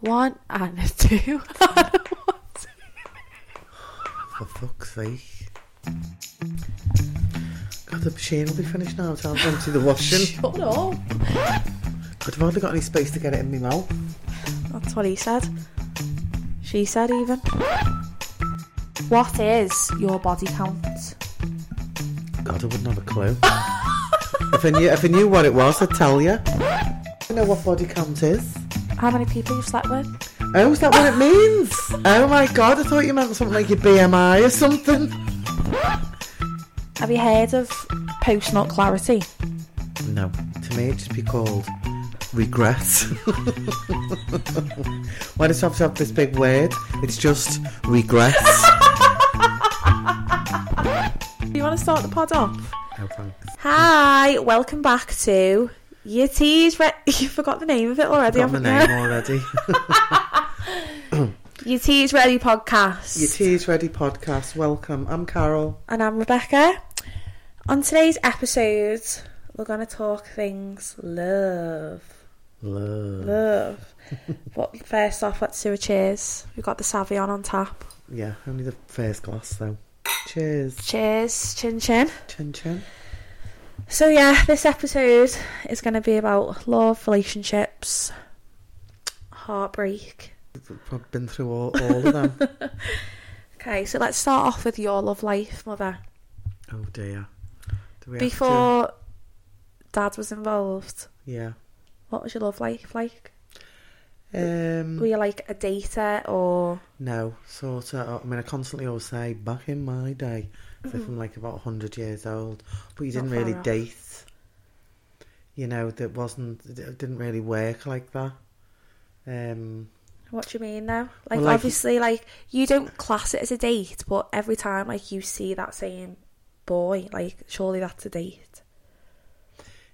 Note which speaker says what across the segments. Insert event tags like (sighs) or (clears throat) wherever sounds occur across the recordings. Speaker 1: One and a two. (laughs)
Speaker 2: For fuck's sake. God, the machine will be finished now. Time to empty the (laughs) washing.
Speaker 1: Shut up.
Speaker 2: God, I've hardly got any space to get it in my mouth.
Speaker 1: That's what he said. She said, even. What is your body count?
Speaker 2: God, I wouldn't have a clue. if, I knew, if I knew what it was, I'd tell you. I know what body count is.
Speaker 1: How many people you've slept with?
Speaker 2: Oh, is that what it means? Oh my god, I thought you meant something like your BMI or something.
Speaker 1: Have you heard of post nut clarity? (laughs)
Speaker 2: No, to me it'd just be called regret. (laughs) Why does it have to have this big word? It's just regret.
Speaker 1: You want to start the pod off?
Speaker 2: oh, thanks.
Speaker 1: Hi, welcome back to your teas. Re- (laughs) you forgot the name of it already,
Speaker 2: Got my
Speaker 1: haven't you?
Speaker 2: name (laughs) already.
Speaker 1: Your teas ready podcast.
Speaker 2: Your Tea's Ready podcast. Welcome. I'm Carol.
Speaker 1: and I'm Rebecca. On today's episode, we're going to talk things love.
Speaker 2: Love.
Speaker 1: Love. but first off, let's do a cheers. We've got the Savion on tap.
Speaker 2: Yeah, only the first glass though. Cheers.
Speaker 1: Cheers, chin chin.
Speaker 2: Chin chin.
Speaker 1: So, yeah, this episode is going to be about love, relationships, heartbreak.
Speaker 2: We've probably been through all, all of them.
Speaker 1: Okay, so let's start off with your love life, mother.
Speaker 2: oh dear. Do we have to-
Speaker 1: Before dad was involved,
Speaker 2: Yeah.
Speaker 1: what was your love life like?
Speaker 2: Um,
Speaker 1: Were you like a dater or.
Speaker 2: No, sort of. I mean, I constantly always say, back in my day, as if I'm like about 100 years old, but you
Speaker 1: Mm-hmm. Not
Speaker 2: didn't
Speaker 1: far
Speaker 2: really
Speaker 1: off.
Speaker 2: date. You know, that wasn't, it didn't really work like that. Um,
Speaker 1: What do you mean though? Like,
Speaker 2: Well, like-
Speaker 1: obviously, like you don't class it as a date, but every time like you see that same boy, like surely that's a date.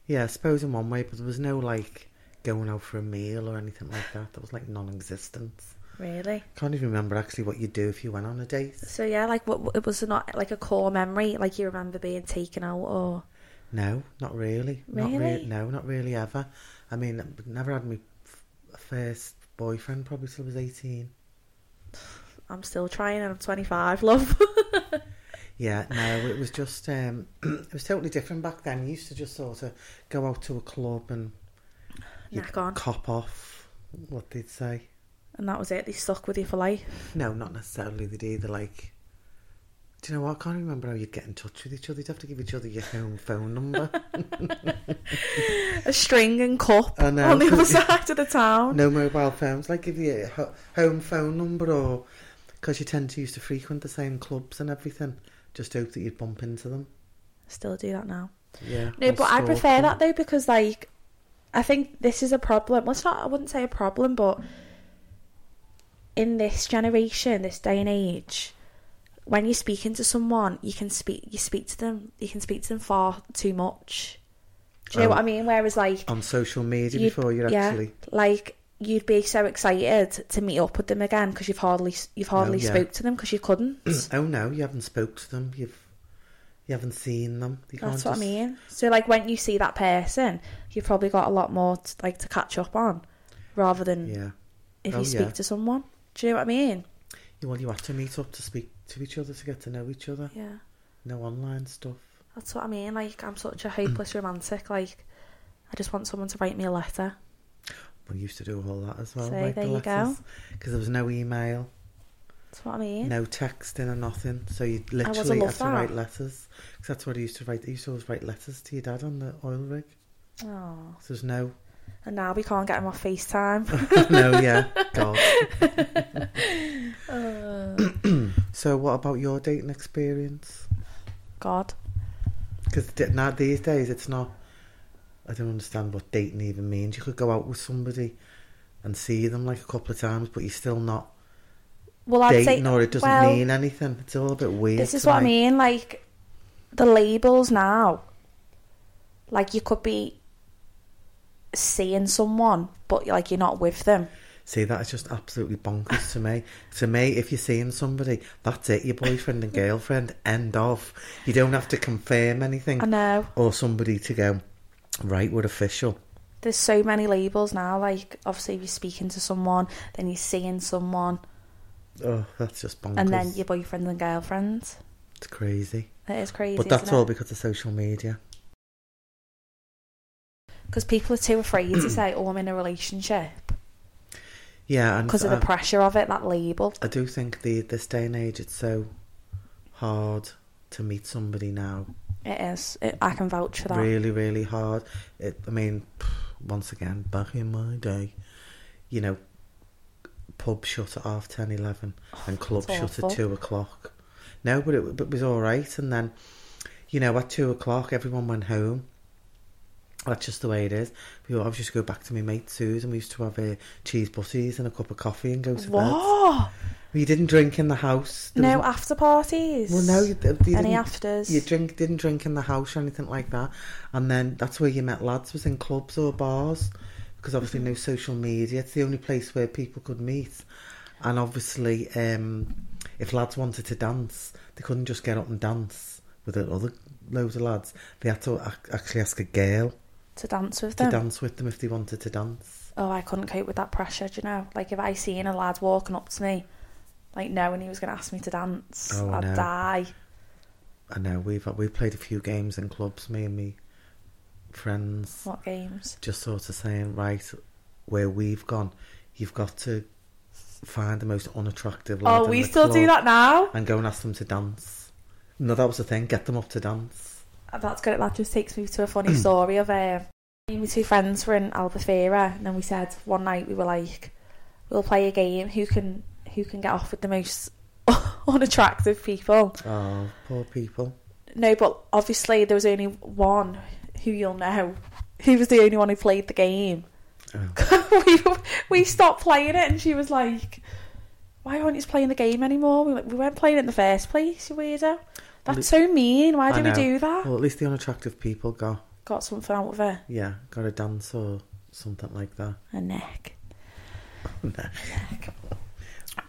Speaker 2: yeah, I suppose in one way, but there was no like going out for a meal or anything like that. That was like non existence.
Speaker 1: Really?
Speaker 2: Can't even remember actually what you'd do if you went on a date.
Speaker 1: So yeah, like what it was not like a core memory, like you remember being taken out oh, or
Speaker 2: No, not really. Not
Speaker 1: Really?
Speaker 2: really. No, not really ever. I mean, I never had my f- first boyfriend probably till I was 18.
Speaker 1: I'm still trying and I'm 25, (laughs) love.
Speaker 2: Yeah, no, it was just um, (clears throat) it was totally different back then. You used to just sort of go out to a club and you'd
Speaker 1: Knack on.
Speaker 2: cop off, what they'd say.
Speaker 1: And that was it. They stuck with you for life.
Speaker 2: No, not necessarily. They'd either like, do you know what? I can't remember how you'd get in touch with each other. You'd have to give each other your home
Speaker 1: (laughs)
Speaker 2: phone number.
Speaker 1: A string and cup
Speaker 2: I know.
Speaker 1: on the
Speaker 2: (laughs)
Speaker 1: other side of the town.
Speaker 2: no mobile phones. Like give you a ho- home phone number or because you tend to used to frequent the same clubs and everything. Just hope that you'd bump into them.
Speaker 1: Still do that now.
Speaker 2: Yeah.
Speaker 1: No,
Speaker 2: or
Speaker 1: but I
Speaker 2: stalk
Speaker 1: prefer
Speaker 2: them.
Speaker 1: that though because like I think this is a problem. Well, it's not. I wouldn't say a problem, but in this generation, this day and age, when you're speaking to someone, you can speak. You speak to them. You can speak to them far too much. Do you know
Speaker 2: Oh.
Speaker 1: what I mean? Whereas like
Speaker 2: on social media
Speaker 1: you'd-
Speaker 2: before you're
Speaker 1: yeah,
Speaker 2: actually.
Speaker 1: like you'd be so excited to meet up with them again because you've hardly you've hardly
Speaker 2: yeah.
Speaker 1: spoke to them because you couldn't.
Speaker 2: (clears throat) Oh no, you haven't spoke to them. You've you haven't seen them. You
Speaker 1: That's
Speaker 2: can't
Speaker 1: what I
Speaker 2: just-
Speaker 1: mean. So like when you see that person, you've probably got a lot more to, like to catch up on, rather than
Speaker 2: Yeah.
Speaker 1: if
Speaker 2: Oh,
Speaker 1: you speak
Speaker 2: yeah.
Speaker 1: to someone. Do you know what I mean?
Speaker 2: You well, you have to meet up to speak to each other to get to know each other.
Speaker 1: Yeah,
Speaker 2: No online stuff.
Speaker 1: that's what I mean. Like I'm such a hopeless romantic. Like I just want someone to write me a letter.
Speaker 2: We used to do all that as well.
Speaker 1: So,
Speaker 2: like
Speaker 1: there
Speaker 2: the
Speaker 1: you go.
Speaker 2: Because there was no email,
Speaker 1: That's what I mean.
Speaker 2: no texting or nothing. So you
Speaker 1: was a
Speaker 2: literally
Speaker 1: love
Speaker 2: had to
Speaker 1: that.
Speaker 2: write letters. Because that's what I used to write. I used to always write letters to your dad on the oil rig.
Speaker 1: Oh,
Speaker 2: So
Speaker 1: (laughs)
Speaker 2: there's no, (laughs)
Speaker 1: and now we can't get him off FaceTime. (coughs)
Speaker 2: no, yeah, God.
Speaker 1: Uh,
Speaker 2: So what about your dating experience?
Speaker 1: God,
Speaker 2: Because now these days it's not. I don't understand what dating even means. You could go out with somebody and see them like a couple of times, but you're still not
Speaker 1: well I'd
Speaker 2: dating,
Speaker 1: say
Speaker 2: or it doesn't
Speaker 1: well,
Speaker 2: mean anything. It's all a bit weird.
Speaker 1: This is
Speaker 2: to
Speaker 1: what I
Speaker 2: me.
Speaker 1: mean. Like the labels now, like you could be seeing someone, but like you're not with them.
Speaker 2: See, that is just absolutely bonkers to me. To me, if you're seeing somebody, that's it. Your boyfriend and girlfriend. End of. You don't have to confirm anything
Speaker 1: I know.
Speaker 2: or somebody to go. Right, we're official.
Speaker 1: There's so many labels now. Like obviously, if you're speaking to someone, then you're seeing someone,
Speaker 2: Oh, that's just bonkers.
Speaker 1: and then your boyfriend and girlfriend.
Speaker 2: It's crazy.
Speaker 1: It is crazy.
Speaker 2: but that's all because of social media.
Speaker 1: because people are too afraid to say, "Oh, I'm in a relationship,"
Speaker 2: Yeah, and
Speaker 1: because of
Speaker 2: I-
Speaker 1: the pressure of it, that label.
Speaker 2: I do think the this day and age it's so hard to meet somebody now.
Speaker 1: It is. It, I can vouch for that.
Speaker 2: Really, really hard. It, I mean, once again, back in my day, you know, pub shut at half ten, eleven, and club
Speaker 1: Oh, that's
Speaker 2: shut
Speaker 1: awful.
Speaker 2: at two o'clock. No, but it, but it was all right. And then, you know, at two o'clock, everyone went home. That's just the way it is. We all- I used to go back to my mate Sue's, and we used to have uh, cheese butties and a cup of coffee and go to bed.
Speaker 1: What?
Speaker 2: We didn't drink in the house. There was
Speaker 1: no after parties.
Speaker 2: well, no, you, you didn't.
Speaker 1: any afters?
Speaker 2: You drink didn't drink in the house or anything like that, and then that's where you met lads was in clubs or bars, because obviously no social media. It's the only place where people could meet, and obviously um, if lads wanted to dance, they couldn't just get up and dance with the other loads of lads. They had to ac- actually ask a girl
Speaker 1: to dance with
Speaker 2: to
Speaker 1: them.
Speaker 2: dance with them if they wanted to dance.
Speaker 1: Oh, I couldn't cope with that pressure. Do you know? Like if I seen a lad walking up to me, like knowing he was going to ask me to dance,
Speaker 2: Oh,
Speaker 1: I'd
Speaker 2: no.
Speaker 1: die.
Speaker 2: I know we've we've played a few games in clubs, me and me friends.
Speaker 1: What games?
Speaker 2: just sort of saying, right, where we've gone, you've got to find the most unattractive. lad
Speaker 1: oh,
Speaker 2: in
Speaker 1: we
Speaker 2: the
Speaker 1: still do that
Speaker 2: club
Speaker 1: now.
Speaker 2: And go and ask them to dance. No, that was the thing. Get them up to dance.
Speaker 1: Uh, That's good. That just takes me to a
Speaker 2: (clears throat)
Speaker 1: funny story of um, me and my two friends were in Albufeira, and then we said one night we were like, "We'll play a game. Who can who can get off with the most (laughs) unattractive people?"
Speaker 2: Oh, poor people.
Speaker 1: No, but obviously there was only one who you'll know. He was the only one who played the game.
Speaker 2: Oh.
Speaker 1: (laughs) we we stopped playing it, and she was like, "Why aren't you playing the game anymore? We, were like, we weren't playing it in the first place, you weirdo. That's so mean. Why
Speaker 2: I
Speaker 1: did we
Speaker 2: know.
Speaker 1: do that?
Speaker 2: Well, at least the unattractive people got,
Speaker 1: Got something out of it.
Speaker 2: yeah, got a dance or something like that. (laughs)
Speaker 1: A neck.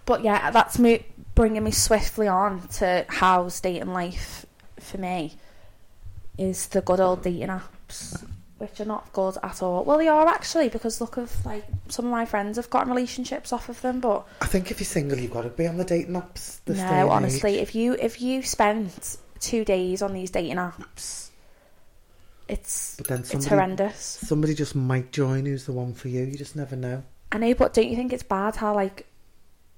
Speaker 1: But yeah, that's me bringing me swiftly on to how's dating life for me is the good old dating apps, which are not good at all. Well, they are actually because look of like some of my friends have gotten relationships off of them, but
Speaker 2: I think if you're single, you've got to be on the dating apps. This day and
Speaker 1: no,
Speaker 2: age.
Speaker 1: honestly, if you if you spent two days on these dating apps, it's
Speaker 2: But then
Speaker 1: it's
Speaker 2: somebody-
Speaker 1: horrendous.
Speaker 2: Somebody just might join who's the one for you. You just never know.
Speaker 1: I know, but don't you think it's bad how like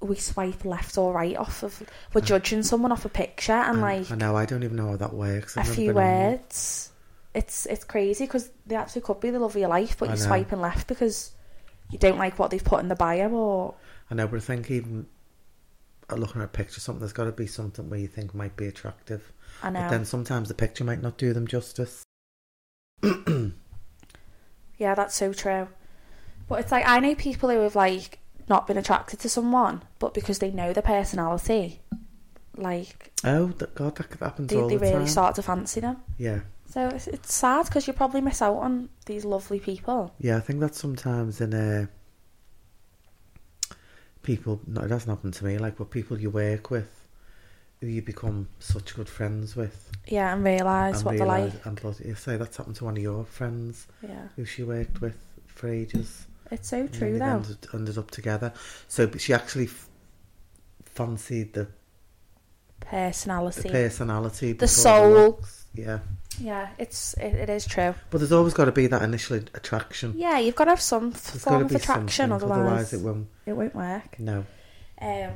Speaker 1: we swipe left or right off of we're judging someone off a picture and like
Speaker 2: I know, I don't even know how that works.
Speaker 1: a
Speaker 2: I've never
Speaker 1: few
Speaker 2: been on one.
Speaker 1: words. It's it's crazy because they actually could be the love of your life, but
Speaker 2: I
Speaker 1: you're
Speaker 2: know.
Speaker 1: swiping left because you don't like what they've put in the bio or
Speaker 2: I know, but I think even uh, looking at a picture, something there's got to be something where you think might be attractive.
Speaker 1: I know.
Speaker 2: But then sometimes the picture might not do them justice.
Speaker 1: Yeah, that's so true. But it's like I know people who have like not been attracted to someone, but because they know their personality, like
Speaker 2: Oh th- God, that could- happens
Speaker 1: they,
Speaker 2: all
Speaker 1: they
Speaker 2: the
Speaker 1: really
Speaker 2: time.
Speaker 1: start to fancy them.
Speaker 2: yeah,
Speaker 1: So it's, it's sad because you probably miss out on these lovely people.
Speaker 2: yeah. I think that's sometimes in uh, people. No, it doesn't happen to me. Like with people you work with, who you become such good friends with,
Speaker 1: Yeah, and realise what they're like.
Speaker 2: realise- and bloody, you say that's happened to one of your friends
Speaker 1: Yeah,
Speaker 2: who she worked with for ages.
Speaker 1: it's so
Speaker 2: And
Speaker 1: true
Speaker 2: then they
Speaker 1: though.
Speaker 2: Ended, ended up together. So but she actually f- fancied the, the
Speaker 1: Personality.
Speaker 2: personality, before
Speaker 1: soul.
Speaker 2: looks. Yeah,
Speaker 1: yeah, it's it, it is true.
Speaker 2: but there's always got to be that initial attraction.
Speaker 1: Yeah, you've got to have some f-
Speaker 2: There's
Speaker 1: form
Speaker 2: gotta
Speaker 1: of attraction,
Speaker 2: something,
Speaker 1: otherwise,
Speaker 2: it Mm.
Speaker 1: it,
Speaker 2: won't.
Speaker 1: won't work.
Speaker 2: No,
Speaker 1: Um,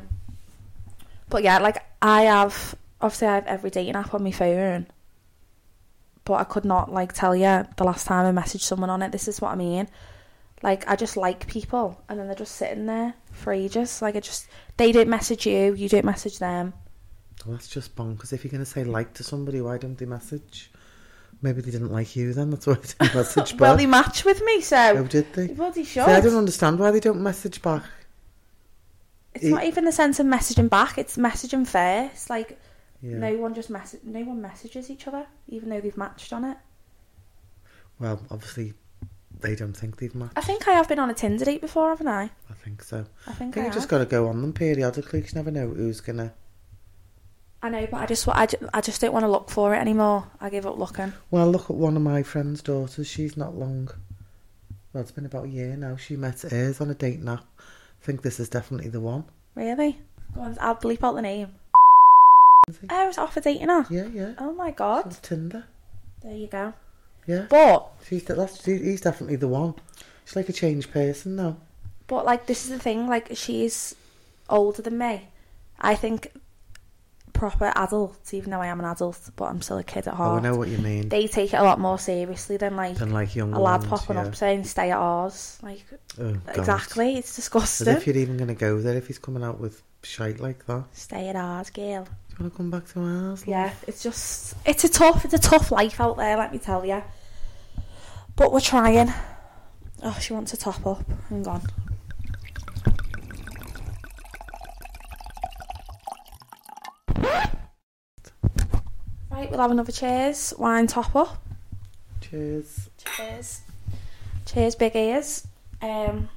Speaker 1: but yeah, like I have obviously I have every dating app on my phone, but I could not like tell you the last time I messaged someone on it. This is what I mean. Like I just like people, and then they're just sitting there for ages. Like I just they don't message you, you don't message them.
Speaker 2: well, that's just bonkers. If you're going to say like to somebody, why don't they message? Maybe they didn't like you then. That's why they didn't message
Speaker 1: (laughs)
Speaker 2: back.
Speaker 1: Well, they match with me,
Speaker 2: oh,
Speaker 1: so
Speaker 2: did they?
Speaker 1: they bloody
Speaker 2: See, I don't
Speaker 1: should.
Speaker 2: understand why they don't message back.
Speaker 1: It's not even the sense of messaging back; it's messaging first. Like
Speaker 2: Yeah.
Speaker 1: no one just mess, no one messages each other, even though they've matched on it.
Speaker 2: Well, obviously, they don't think they've matched.
Speaker 1: I think I have been on a Tinder date before, haven't I?
Speaker 2: I think so.
Speaker 1: I think I,
Speaker 2: I think you've
Speaker 1: have.
Speaker 2: just got to go on them periodically 'cause you never know who's going to.
Speaker 1: I know, but I just wa- I just, I just don't want to look for it anymore. I give up looking.
Speaker 2: Well, look at one of my friend's daughters. She's not long Well, it's been about a year now. She met hers on a date nap. I think this is definitely the one.
Speaker 1: Really? Go on, I'll bleep out the name.
Speaker 2: I think-
Speaker 1: I was off a dating her.
Speaker 2: Yeah, yeah.
Speaker 1: Oh my
Speaker 2: She's
Speaker 1: god.
Speaker 2: Tinder.
Speaker 1: There you go.
Speaker 2: Yeah.
Speaker 1: But
Speaker 2: She's de- that's, she- he's definitely the one. She's like a changed person now.
Speaker 1: but like this is the thing, like she's older than me. I think proper adults, even though I am an adult, but I'm still a kid at
Speaker 2: Oh, I
Speaker 1: heart.
Speaker 2: know what you mean.
Speaker 1: They take it a lot more seriously than like
Speaker 2: Than like young
Speaker 1: a lad
Speaker 2: ones,
Speaker 1: popping
Speaker 2: yeah.
Speaker 1: up saying stay at ours. Like
Speaker 2: Oh, God.
Speaker 1: exactly, it's
Speaker 2: As
Speaker 1: disgusting.
Speaker 2: if you're even going to go there if he's coming out with shite like that.
Speaker 1: Stay at ours, girl.
Speaker 2: Do you want to come back to ours? love?
Speaker 1: Yeah, it's just it's a tough it's a tough life out there, let me tell you. But we're trying. Oh, she wants a top up. Hang on. Right, we'll have another cheers. Wine top up.
Speaker 2: Cheers.
Speaker 1: Cheers. Cheers, big ears. Um,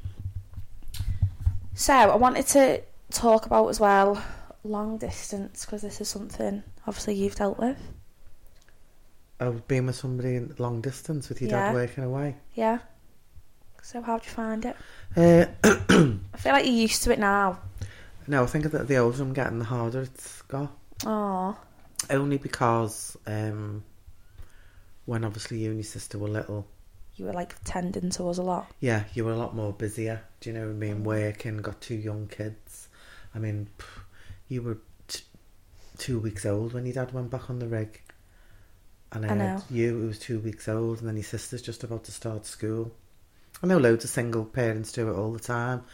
Speaker 1: so I wanted to talk about as well long distance because this is something obviously you've dealt with.
Speaker 2: I was Oh, being with somebody in long distance with your
Speaker 1: Yeah.
Speaker 2: dad working away.
Speaker 1: Yeah. So how'd you find it?
Speaker 2: Uh,
Speaker 1: I feel like you're used to it now.
Speaker 2: no, I think that the older I'm getting, the harder it's got.
Speaker 1: Oh,
Speaker 2: Only because um, when obviously you and your sister were little,
Speaker 1: you were like tending to us a lot.
Speaker 2: yeah, you were a lot more busier. Do you know what I mean? Working, got two young kids. I mean, pff, you were t- two weeks old when your dad went back on the rig. And I,
Speaker 1: I
Speaker 2: had
Speaker 1: know.
Speaker 2: you, who was two weeks old, and then your sister's just about to start school. I know loads of single parents do it all the time,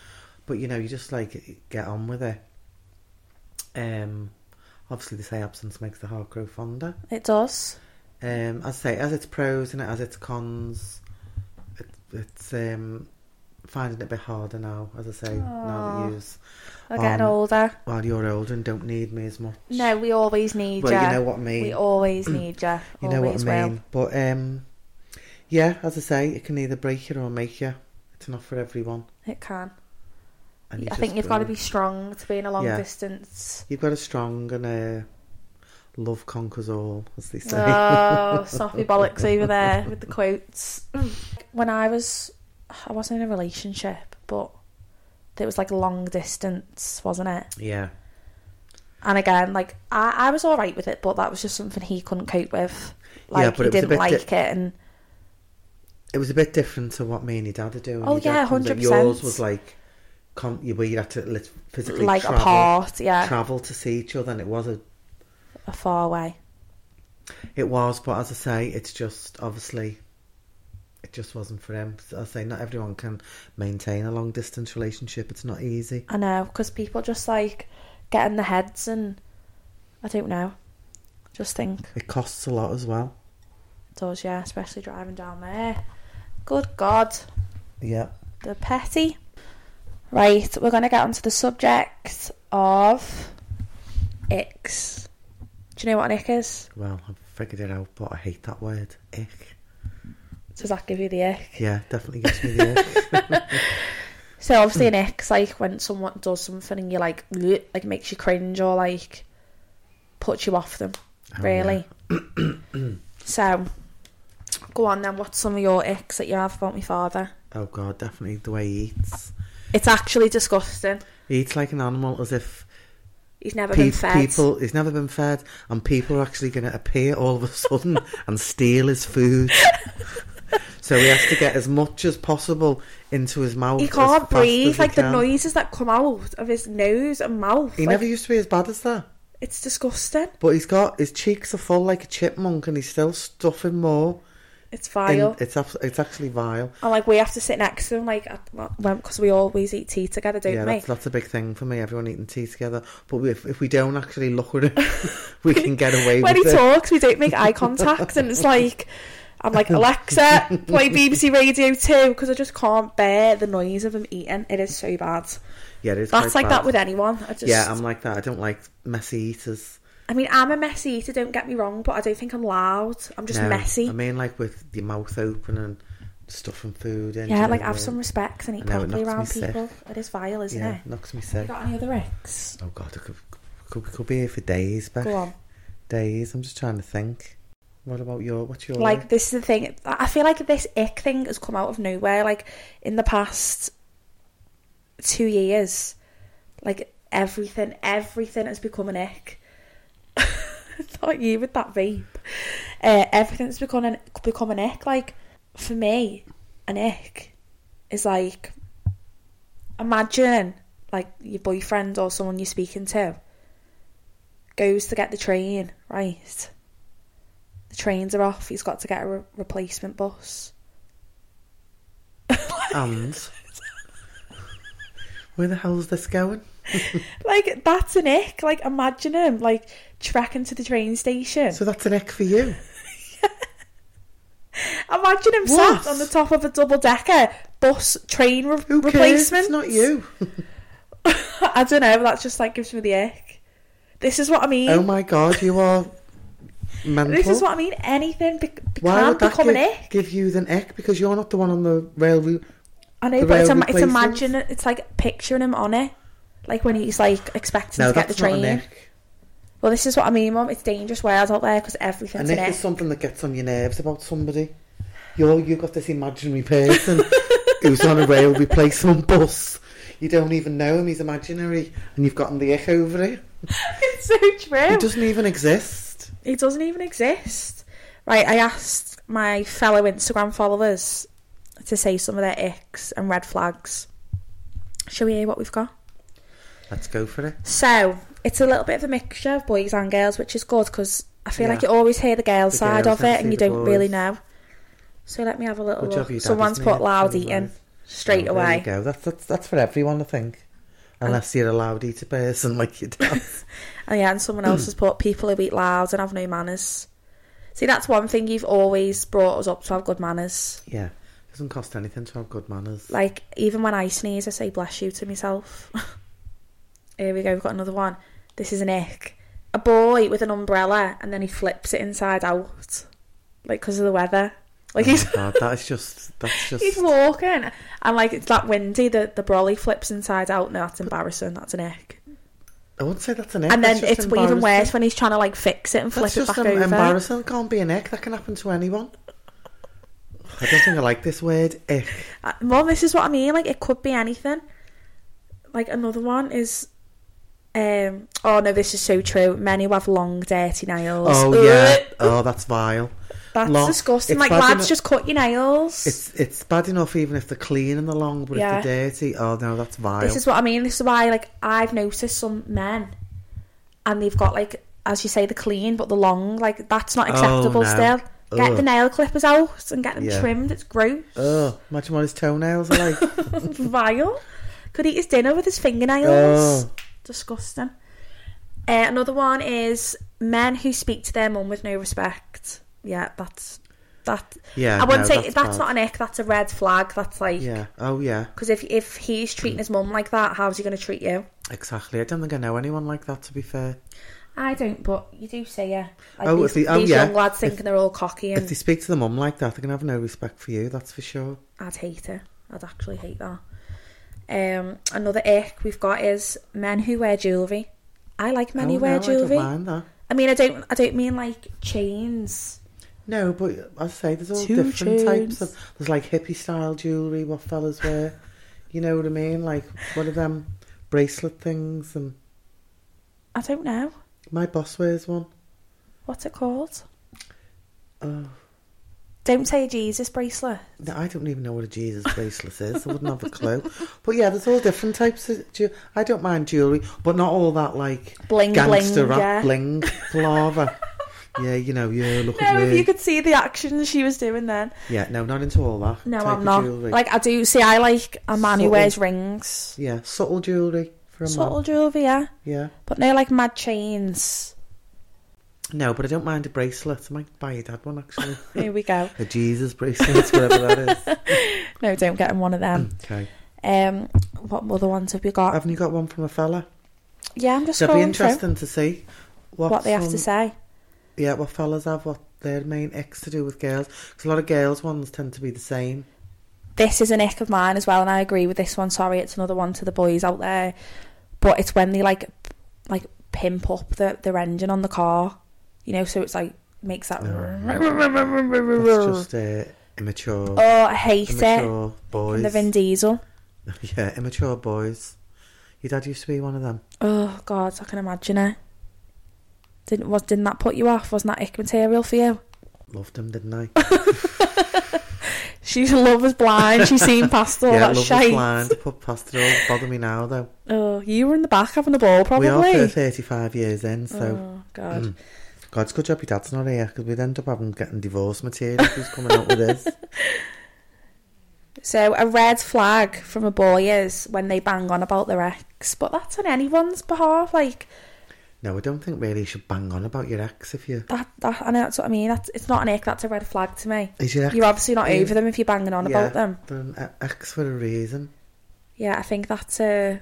Speaker 2: but you know, you just like get on with it. Um, obviously, they say absence makes the heart grow fonder.
Speaker 1: It does.
Speaker 2: Um, as I say, as its pros and as its cons, it, it's um, finding it a bit harder now. As I say, now
Speaker 1: Aw.
Speaker 2: that you's
Speaker 1: We're getting
Speaker 2: Um,
Speaker 1: older.
Speaker 2: well, you're older and don't need me as much.
Speaker 1: No, we always need
Speaker 2: well,
Speaker 1: you.
Speaker 2: you know what I mean.
Speaker 1: We always
Speaker 2: (clears throat)
Speaker 1: need you.
Speaker 2: you know
Speaker 1: always
Speaker 2: what I
Speaker 1: will.
Speaker 2: mean. But um, yeah, as I say, it can either break you or make you. It's not for everyone.
Speaker 1: It can.
Speaker 2: And you
Speaker 1: I think
Speaker 2: just
Speaker 1: you've got to
Speaker 2: will.
Speaker 1: be strong to be in a long
Speaker 2: Yeah.
Speaker 1: distance.
Speaker 2: You've got a strong and a love conquers all, as they say.
Speaker 1: Oh, soppy bollocks over there with the quotes. When I was, I wasn't in a relationship, but it was like long distance, wasn't it?
Speaker 2: (laughs) yeah,
Speaker 1: And again, like I, I was all right with it, but that was just something he couldn't cope with.
Speaker 2: Yeah,
Speaker 1: Like he
Speaker 2: but it was a
Speaker 1: didn't
Speaker 2: bit
Speaker 1: like
Speaker 2: di-
Speaker 1: it, and
Speaker 2: it was a bit different to what me and your dad are doing.
Speaker 1: Oh,
Speaker 2: Your dad
Speaker 1: yeah,
Speaker 2: comes out-
Speaker 1: 100%.
Speaker 2: Yours was like, con- you- where you had to lit- physically
Speaker 1: like
Speaker 2: travel,
Speaker 1: apart, yeah,
Speaker 2: travel to see each other, and it was a
Speaker 1: a far away.
Speaker 2: It was, but as I say, it's just obviously it just wasn't for him. As I say, not everyone can maintain a long distance relationship. It's not easy.
Speaker 1: I know, because people just like get in their heads, and I don't know, just think
Speaker 2: It costs a lot as well.
Speaker 1: it does, yeah, especially driving down there. Good God,
Speaker 2: Yeah.
Speaker 1: the petty. Right, we're gonna get onto the subject of icks. Do you know what an ick is?
Speaker 2: Well, I've figured it out, but I hate that word. Ick.
Speaker 1: Does that give you the ick?
Speaker 2: Yeah, definitely gives
Speaker 1: (laughs)
Speaker 2: me the ick.
Speaker 1: So obviously an ick's like when someone does something and you're like "Ugh," like makes you cringe or like puts you off them.
Speaker 2: Oh,
Speaker 1: really. (clears throat) so go on then, what's some of your icks that you have about my father?
Speaker 2: Oh god, definitely the way he eats.
Speaker 1: It's actually disgusting.
Speaker 2: He eats like an animal as if
Speaker 1: He's never
Speaker 2: pe-
Speaker 1: been fed.
Speaker 2: people he's never been fed and people are actually going to appear all of
Speaker 1: (laughs)
Speaker 2: a sudden and steal his food so he has to get as much as possible into his mouth
Speaker 1: he
Speaker 2: as
Speaker 1: can't
Speaker 2: fast as
Speaker 1: breathe.
Speaker 2: he
Speaker 1: Like the
Speaker 2: can.
Speaker 1: noises that come out of his nose and mouth.
Speaker 2: he
Speaker 1: like,
Speaker 2: never used to be as bad as that
Speaker 1: It's disgusting.
Speaker 2: but he's got his cheeks are full like a chipmunk and he's still stuffing more
Speaker 1: It's
Speaker 2: in,
Speaker 1: vile.
Speaker 2: it's abs- it's actually vile
Speaker 1: and like we have to sit next to him, like because we always eat tea together, don't
Speaker 2: yeah
Speaker 1: we?
Speaker 2: that's, that's a big thing for me everyone eating tea together but if, if we don't actually look
Speaker 1: (laughs)
Speaker 2: at it we can get away
Speaker 1: when he
Speaker 2: with it
Speaker 1: talks, we don't make eye contact, and it's like I'm like Alexa,
Speaker 2: (laughs)
Speaker 1: play BBC Radio Two because I just can't bear the noise of him eating. It is so bad.
Speaker 2: yeah it's
Speaker 1: That's
Speaker 2: quite
Speaker 1: like
Speaker 2: bad.
Speaker 1: that with anyone. I just,
Speaker 2: yeah
Speaker 1: i
Speaker 2: i'm like that i don't like messy eaters
Speaker 1: mean, I'm a messy eater. Don't get me wrong, but I don't think I'm loud. I'm just
Speaker 2: No,
Speaker 1: messy.
Speaker 2: I mean, like with your mouth open and stuffing food in. do you
Speaker 1: yeah,
Speaker 2: know
Speaker 1: like
Speaker 2: what I
Speaker 1: have
Speaker 2: mean?
Speaker 1: some respect and eat
Speaker 2: I know, it
Speaker 1: properly
Speaker 2: knocks me
Speaker 1: around
Speaker 2: sick.
Speaker 1: people. It is vile, isn't
Speaker 2: Yeah,
Speaker 1: it?
Speaker 2: knocks me
Speaker 1: You
Speaker 2: sick.
Speaker 1: got any other icks?
Speaker 2: Oh god, I could, could could be here for days, but
Speaker 1: Go on.
Speaker 2: days. I'm just trying to think. What about your? What's your
Speaker 1: Like this is the thing. I feel like this ick thing has come out of nowhere. Like in the past two years, like everything, everything has become an ick. (laughs) Not you with that vape. Uh, everything's become an become an ick. Like for me, an ick is like imagine like your boyfriend or someone you're speaking to goes to get the train, right? The trains are off. He's got to get a re- replacement bus. (laughs)
Speaker 2: and? Where the hell's this going?
Speaker 1: Like that's an ick. Like imagine him like trekking to the train station.
Speaker 2: So that's an ick for you.
Speaker 1: imagine him
Speaker 2: What?
Speaker 1: sat on the top of a double decker bus train re-
Speaker 2: Who cares?
Speaker 1: replacement.
Speaker 2: It's not you.
Speaker 1: (laughs) I don't know. That just like gives me the ick. This is what I mean.
Speaker 2: (laughs) oh my god, you are mental.
Speaker 1: this is what I mean. Anything be- be-
Speaker 2: Why
Speaker 1: can
Speaker 2: would that
Speaker 1: become
Speaker 2: give,
Speaker 1: an ick.
Speaker 2: give you an ick? Because you're not the one on the rail route.
Speaker 1: I know,
Speaker 2: the
Speaker 1: but it's,
Speaker 2: rail
Speaker 1: ima- it's
Speaker 2: replacements?
Speaker 1: imagine it's like picturing him on it, like when he's like expecting
Speaker 2: No,
Speaker 1: to get the
Speaker 2: that's not
Speaker 1: train.
Speaker 2: an ick.
Speaker 1: Well, this is what I mean, Mum. It's dangerous world out there because
Speaker 2: An
Speaker 1: everything's
Speaker 2: ick
Speaker 1: an ick.
Speaker 2: is something that gets on your nerves about somebody. You're, you've got this
Speaker 1: (laughs)
Speaker 2: imaginary person who's on a rail replacement bus. You don't even know him, he's imaginary, and you've gotten the ick over it.
Speaker 1: (laughs) it's so
Speaker 2: He
Speaker 1: true.
Speaker 2: doesn't even exist.
Speaker 1: He doesn't even exist. Right, I asked my fellow Instagram followers to say some of their icks and red flags. Shall we hear what we've got?
Speaker 2: Let's go for it.
Speaker 1: So, it's a little bit of a mixture of boys and girls, which is good because I feel like you
Speaker 2: Yeah.
Speaker 1: always hear the girls'
Speaker 2: The
Speaker 1: side
Speaker 2: girls
Speaker 1: of it
Speaker 2: don't
Speaker 1: and
Speaker 2: see
Speaker 1: you
Speaker 2: the
Speaker 1: don't really
Speaker 2: boys.
Speaker 1: know. So, let me have a little
Speaker 2: Good job
Speaker 1: look.
Speaker 2: your dad
Speaker 1: Oh, Someone's
Speaker 2: isn't
Speaker 1: put
Speaker 2: here,
Speaker 1: loud
Speaker 2: otherwise-
Speaker 1: eating straight
Speaker 2: Oh, There
Speaker 1: away.
Speaker 2: you go. That's, that's, that's for everyone, I think. Unless you're a loud eater person (laughs) like your dad.
Speaker 1: Oh yeah, and someone else has put people who eat loud and have no manners. See, that's one thing you've always brought us up to have good manners.
Speaker 2: yeah. It doesn't cost anything to have good manners.
Speaker 1: Like even when I sneeze, I say bless you to myself. (laughs) Here we go. We've got another one. This is an ick. A boy with an umbrella and then he flips it inside out, like because of the weather. Like
Speaker 2: oh
Speaker 1: he's
Speaker 2: my God, that is just, that's just...
Speaker 1: (laughs) he's walking and like it's that windy. The the brolly flips inside out. No, that's embarrassing. That's an ick.
Speaker 2: I wouldn't say that's an ick.
Speaker 1: And
Speaker 2: that's
Speaker 1: then it's
Speaker 2: just
Speaker 1: even
Speaker 2: embarrassing.
Speaker 1: worse when he's trying to like fix it and flip
Speaker 2: That's
Speaker 1: it
Speaker 2: just
Speaker 1: back
Speaker 2: em-
Speaker 1: over.
Speaker 2: embarrassing. It can't be an ick. That can happen to anyone. I don't think I like this word, ick.
Speaker 1: Uh, Well, this is what I mean. Like, it could be anything. Like, another one is. Um, oh no, this is so true. Men who have long, dirty nails.
Speaker 2: Oh,
Speaker 1: Ugh,
Speaker 2: yeah. Oh, that's vile.
Speaker 1: that's
Speaker 2: long-
Speaker 1: disgusting.
Speaker 2: it's
Speaker 1: like,
Speaker 2: bad
Speaker 1: lads,
Speaker 2: enough-
Speaker 1: just cut your nails.
Speaker 2: It's it's bad enough even if they're clean and they're long, but
Speaker 1: Yeah.
Speaker 2: if they're dirty, oh no, that's vile.
Speaker 1: This is what I mean. This is why, like, I've noticed some men, and they've got like, as you say, the clean but the long. Like, that's not
Speaker 2: Oh,
Speaker 1: acceptable.
Speaker 2: no.
Speaker 1: Still, get
Speaker 2: Ugh.
Speaker 1: the nail clippers out and get them
Speaker 2: Yeah.
Speaker 1: trimmed. It's gross.
Speaker 2: oh, imagine what his toenails are
Speaker 1: (laughs)
Speaker 2: like.
Speaker 1: Vile. Could eat his dinner with his fingernails.
Speaker 2: oh,
Speaker 1: Disgusting. Uh, another one is men who speak to their mum with no respect. Yeah, that's that.
Speaker 2: yeah.
Speaker 1: I wouldn't
Speaker 2: no,
Speaker 1: say that's,
Speaker 2: bad.
Speaker 1: not an ick. That's a red flag. That's like
Speaker 2: Yeah. Oh, yeah.
Speaker 1: because if if he's treating his mum like that, how's he going to treat you?
Speaker 2: Exactly. I don't think I know anyone like that. To be fair,
Speaker 1: I don't, but you do say yeah. Like
Speaker 2: Oh,
Speaker 1: these,
Speaker 2: if he- oh,
Speaker 1: these
Speaker 2: yeah.
Speaker 1: young lads thinking they're all cocky,
Speaker 2: if
Speaker 1: and
Speaker 2: they speak to the mum like that, they're gonna have no respect for you. That's for sure.
Speaker 1: I'd hate it. I'd actually hate that. Um, another ick we've got is men who wear jewelry. I like men
Speaker 2: oh,
Speaker 1: who wear
Speaker 2: no, I
Speaker 1: jewelry.
Speaker 2: don't mind that.
Speaker 1: I mean, I don't. I don't mean like chains.
Speaker 2: No, but as I say, there's all
Speaker 1: Two
Speaker 2: different types
Speaker 1: chains.
Speaker 2: of. There's like hippie style jewellery, what fellas wear. You know what I mean? Like one of them bracelet things, and
Speaker 1: I don't know.
Speaker 2: my boss wears one.
Speaker 1: What's it called?
Speaker 2: Oh,
Speaker 1: Don't say Jesus bracelet.
Speaker 2: no, I don't even know what a Jesus bracelet is. I wouldn't have a clue. But yeah, there's all different types of. Ju- I don't mind jewellery, but not all that like
Speaker 1: Bling
Speaker 2: gangster
Speaker 1: bling.
Speaker 2: rap
Speaker 1: yeah.
Speaker 2: bling palaver. yeah, you know, yeah, look
Speaker 1: No,
Speaker 2: at
Speaker 1: if
Speaker 2: me.
Speaker 1: you could see the actions she was doing then.
Speaker 2: Yeah, no, not into all that.
Speaker 1: No,
Speaker 2: type
Speaker 1: I'm
Speaker 2: of
Speaker 1: not.
Speaker 2: Jewelry.
Speaker 1: Like I do see, I like a man who
Speaker 2: Subtle.
Speaker 1: wears rings,
Speaker 2: yeah, subtle jewellery for a man.
Speaker 1: subtle jewelry, yeah,
Speaker 2: Yeah.
Speaker 1: but no like mad chains.
Speaker 2: No, but I don't mind a bracelet. I might buy your dad one actually.
Speaker 1: Here we go.
Speaker 2: (laughs) a Jesus bracelet, whatever that (laughs) is.
Speaker 1: No, don't get him one of them.
Speaker 2: Okay.
Speaker 1: Um, what other ones have we got?
Speaker 2: Haven't you got one from a fella?
Speaker 1: yeah, I'm just
Speaker 2: It'll be
Speaker 1: scrolling through
Speaker 2: interesting to see what,
Speaker 1: what they have
Speaker 2: some-
Speaker 1: to say.
Speaker 2: Yeah, what fellas have, what their main X to do with girls. Because a lot of girls' ones tend to be the same.
Speaker 1: this is an ick of mine as well, and I agree with this one. Sorry, it's another one to the boys out there, but it's when they like, like pimp up the their engine on the car, you know. So it's like makes that.
Speaker 2: That's just uh, immature.
Speaker 1: oh, I hate it.
Speaker 2: immature boys.
Speaker 1: And the Vin Diesel.
Speaker 2: (laughs) yeah, immature boys. Your dad used to be one of them.
Speaker 1: Oh God, I can imagine it. Didn't was didn't that put you off? Wasn't that ick material for you?
Speaker 2: Loved him, didn't
Speaker 1: Oh,
Speaker 2: I?
Speaker 1: She's (laughs) love was blind. She's seen past all
Speaker 2: yeah,
Speaker 1: that
Speaker 2: love
Speaker 1: shite.
Speaker 2: was blind. Put past it all. Bother me now though.
Speaker 1: Oh, you were in the back having a ball, (laughs) probably.
Speaker 2: We are for thirty-five years in, so
Speaker 1: oh God.
Speaker 2: Mm. God's good job your dad's not here because we'd end up having getting divorce material. if He's coming out with (laughs) this.
Speaker 1: So a red flag from a boy is when they bang on about their ex, but that's on anyone's behalf. Like
Speaker 2: No, I don't think really you should bang on about your ex if you.
Speaker 1: that, that I know that's what I mean. That's it's not an ick. That's a red flag to me.
Speaker 2: Is your ex
Speaker 1: You're obviously not
Speaker 2: Yeah.
Speaker 1: over them if you're banging on
Speaker 2: Yeah,
Speaker 1: about them.
Speaker 2: They're an e- ex for a reason.
Speaker 1: Yeah, I think that's uh,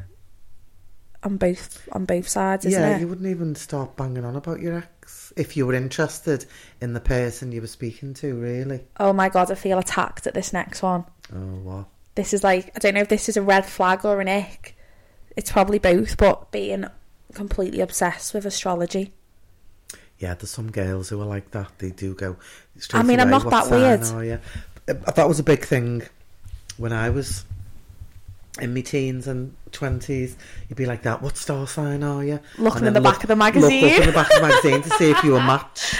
Speaker 1: on both on both sides, isn't
Speaker 2: yeah,
Speaker 1: it?
Speaker 2: you wouldn't even start banging on about your ex if you were interested in the person you were speaking to, really.
Speaker 1: Oh my god, I feel attacked at this next one.
Speaker 2: Oh, wow.
Speaker 1: This is like I don't know if this is a red flag or an ick. It's probably both, but being completely obsessed with astrology.
Speaker 2: Yeah, there's some girls who are like that. They do go straight
Speaker 1: mean, I'm
Speaker 2: away,
Speaker 1: not
Speaker 2: "What
Speaker 1: that
Speaker 2: sign
Speaker 1: weird."
Speaker 2: are you?" Uh, That was a big thing when I was in my teens and 20s. You'd be like that, what star sign are you?
Speaker 1: Looking
Speaker 2: And
Speaker 1: in
Speaker 2: then
Speaker 1: the back of the
Speaker 2: Look up
Speaker 1: magazine.
Speaker 2: in the back of the magazine to see if
Speaker 1: (laughs)
Speaker 2: you were matched.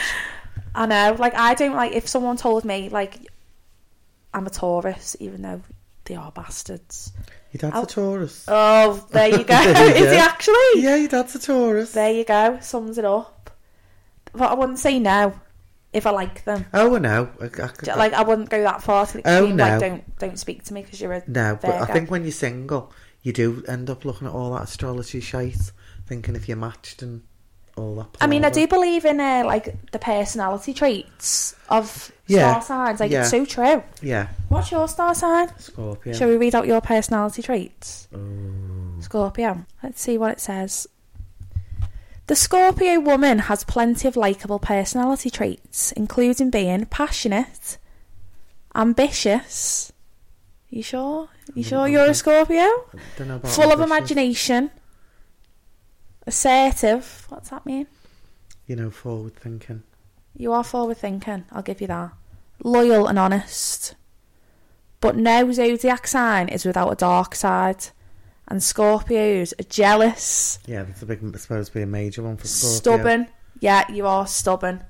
Speaker 1: I know. Like I don't like if someone told me like I'm a Taurus, even though they are bastards.
Speaker 2: Your dad's
Speaker 1: I'll-
Speaker 2: a Taurus.
Speaker 1: Oh, there you go.
Speaker 2: There
Speaker 1: (laughs)
Speaker 2: you
Speaker 1: Is he
Speaker 2: go.
Speaker 1: actually?
Speaker 2: (laughs) Yeah, your dad's a Taurus.
Speaker 1: There you go. Sums it up. But I wouldn't say no if I like them.
Speaker 2: Oh, no. I, I could-
Speaker 1: J- Like I wouldn't go that far to
Speaker 2: Oh,
Speaker 1: extreme, like
Speaker 2: no.
Speaker 1: don't don't speak to me because you're a
Speaker 2: No, but I
Speaker 1: Virgo.
Speaker 2: think when you're single, you do end up looking at all that astrology shite, thinking if you're matched and all that.
Speaker 1: I mean, I do
Speaker 2: palaver.
Speaker 1: believe in uh, like the personality traits of
Speaker 2: Yeah,
Speaker 1: star signs. Like
Speaker 2: yeah.
Speaker 1: it's so true.
Speaker 2: Yeah,
Speaker 1: What's your star sign?
Speaker 2: Scorpio.
Speaker 1: Shall we read out your personality traits?
Speaker 2: Oh,
Speaker 1: Scorpio. Let's see what it says. The Scorpio woman has plenty of likable personality traits, including being passionate, ambitious. You sure? You sure you're a Scorpio?
Speaker 2: I don't know about
Speaker 1: Full of
Speaker 2: ambitious.
Speaker 1: imagination, assertive. What's that mean?
Speaker 2: You know, forward thinking.
Speaker 1: You are forward thinking, I'll give you that. Loyal and honest. But no zodiac sign is without a dark side. And Scorpios are jealous,
Speaker 2: Yeah, that's a big, I suppose, be a major one for Scorpio.
Speaker 1: stubborn. Yeah, you are stubborn.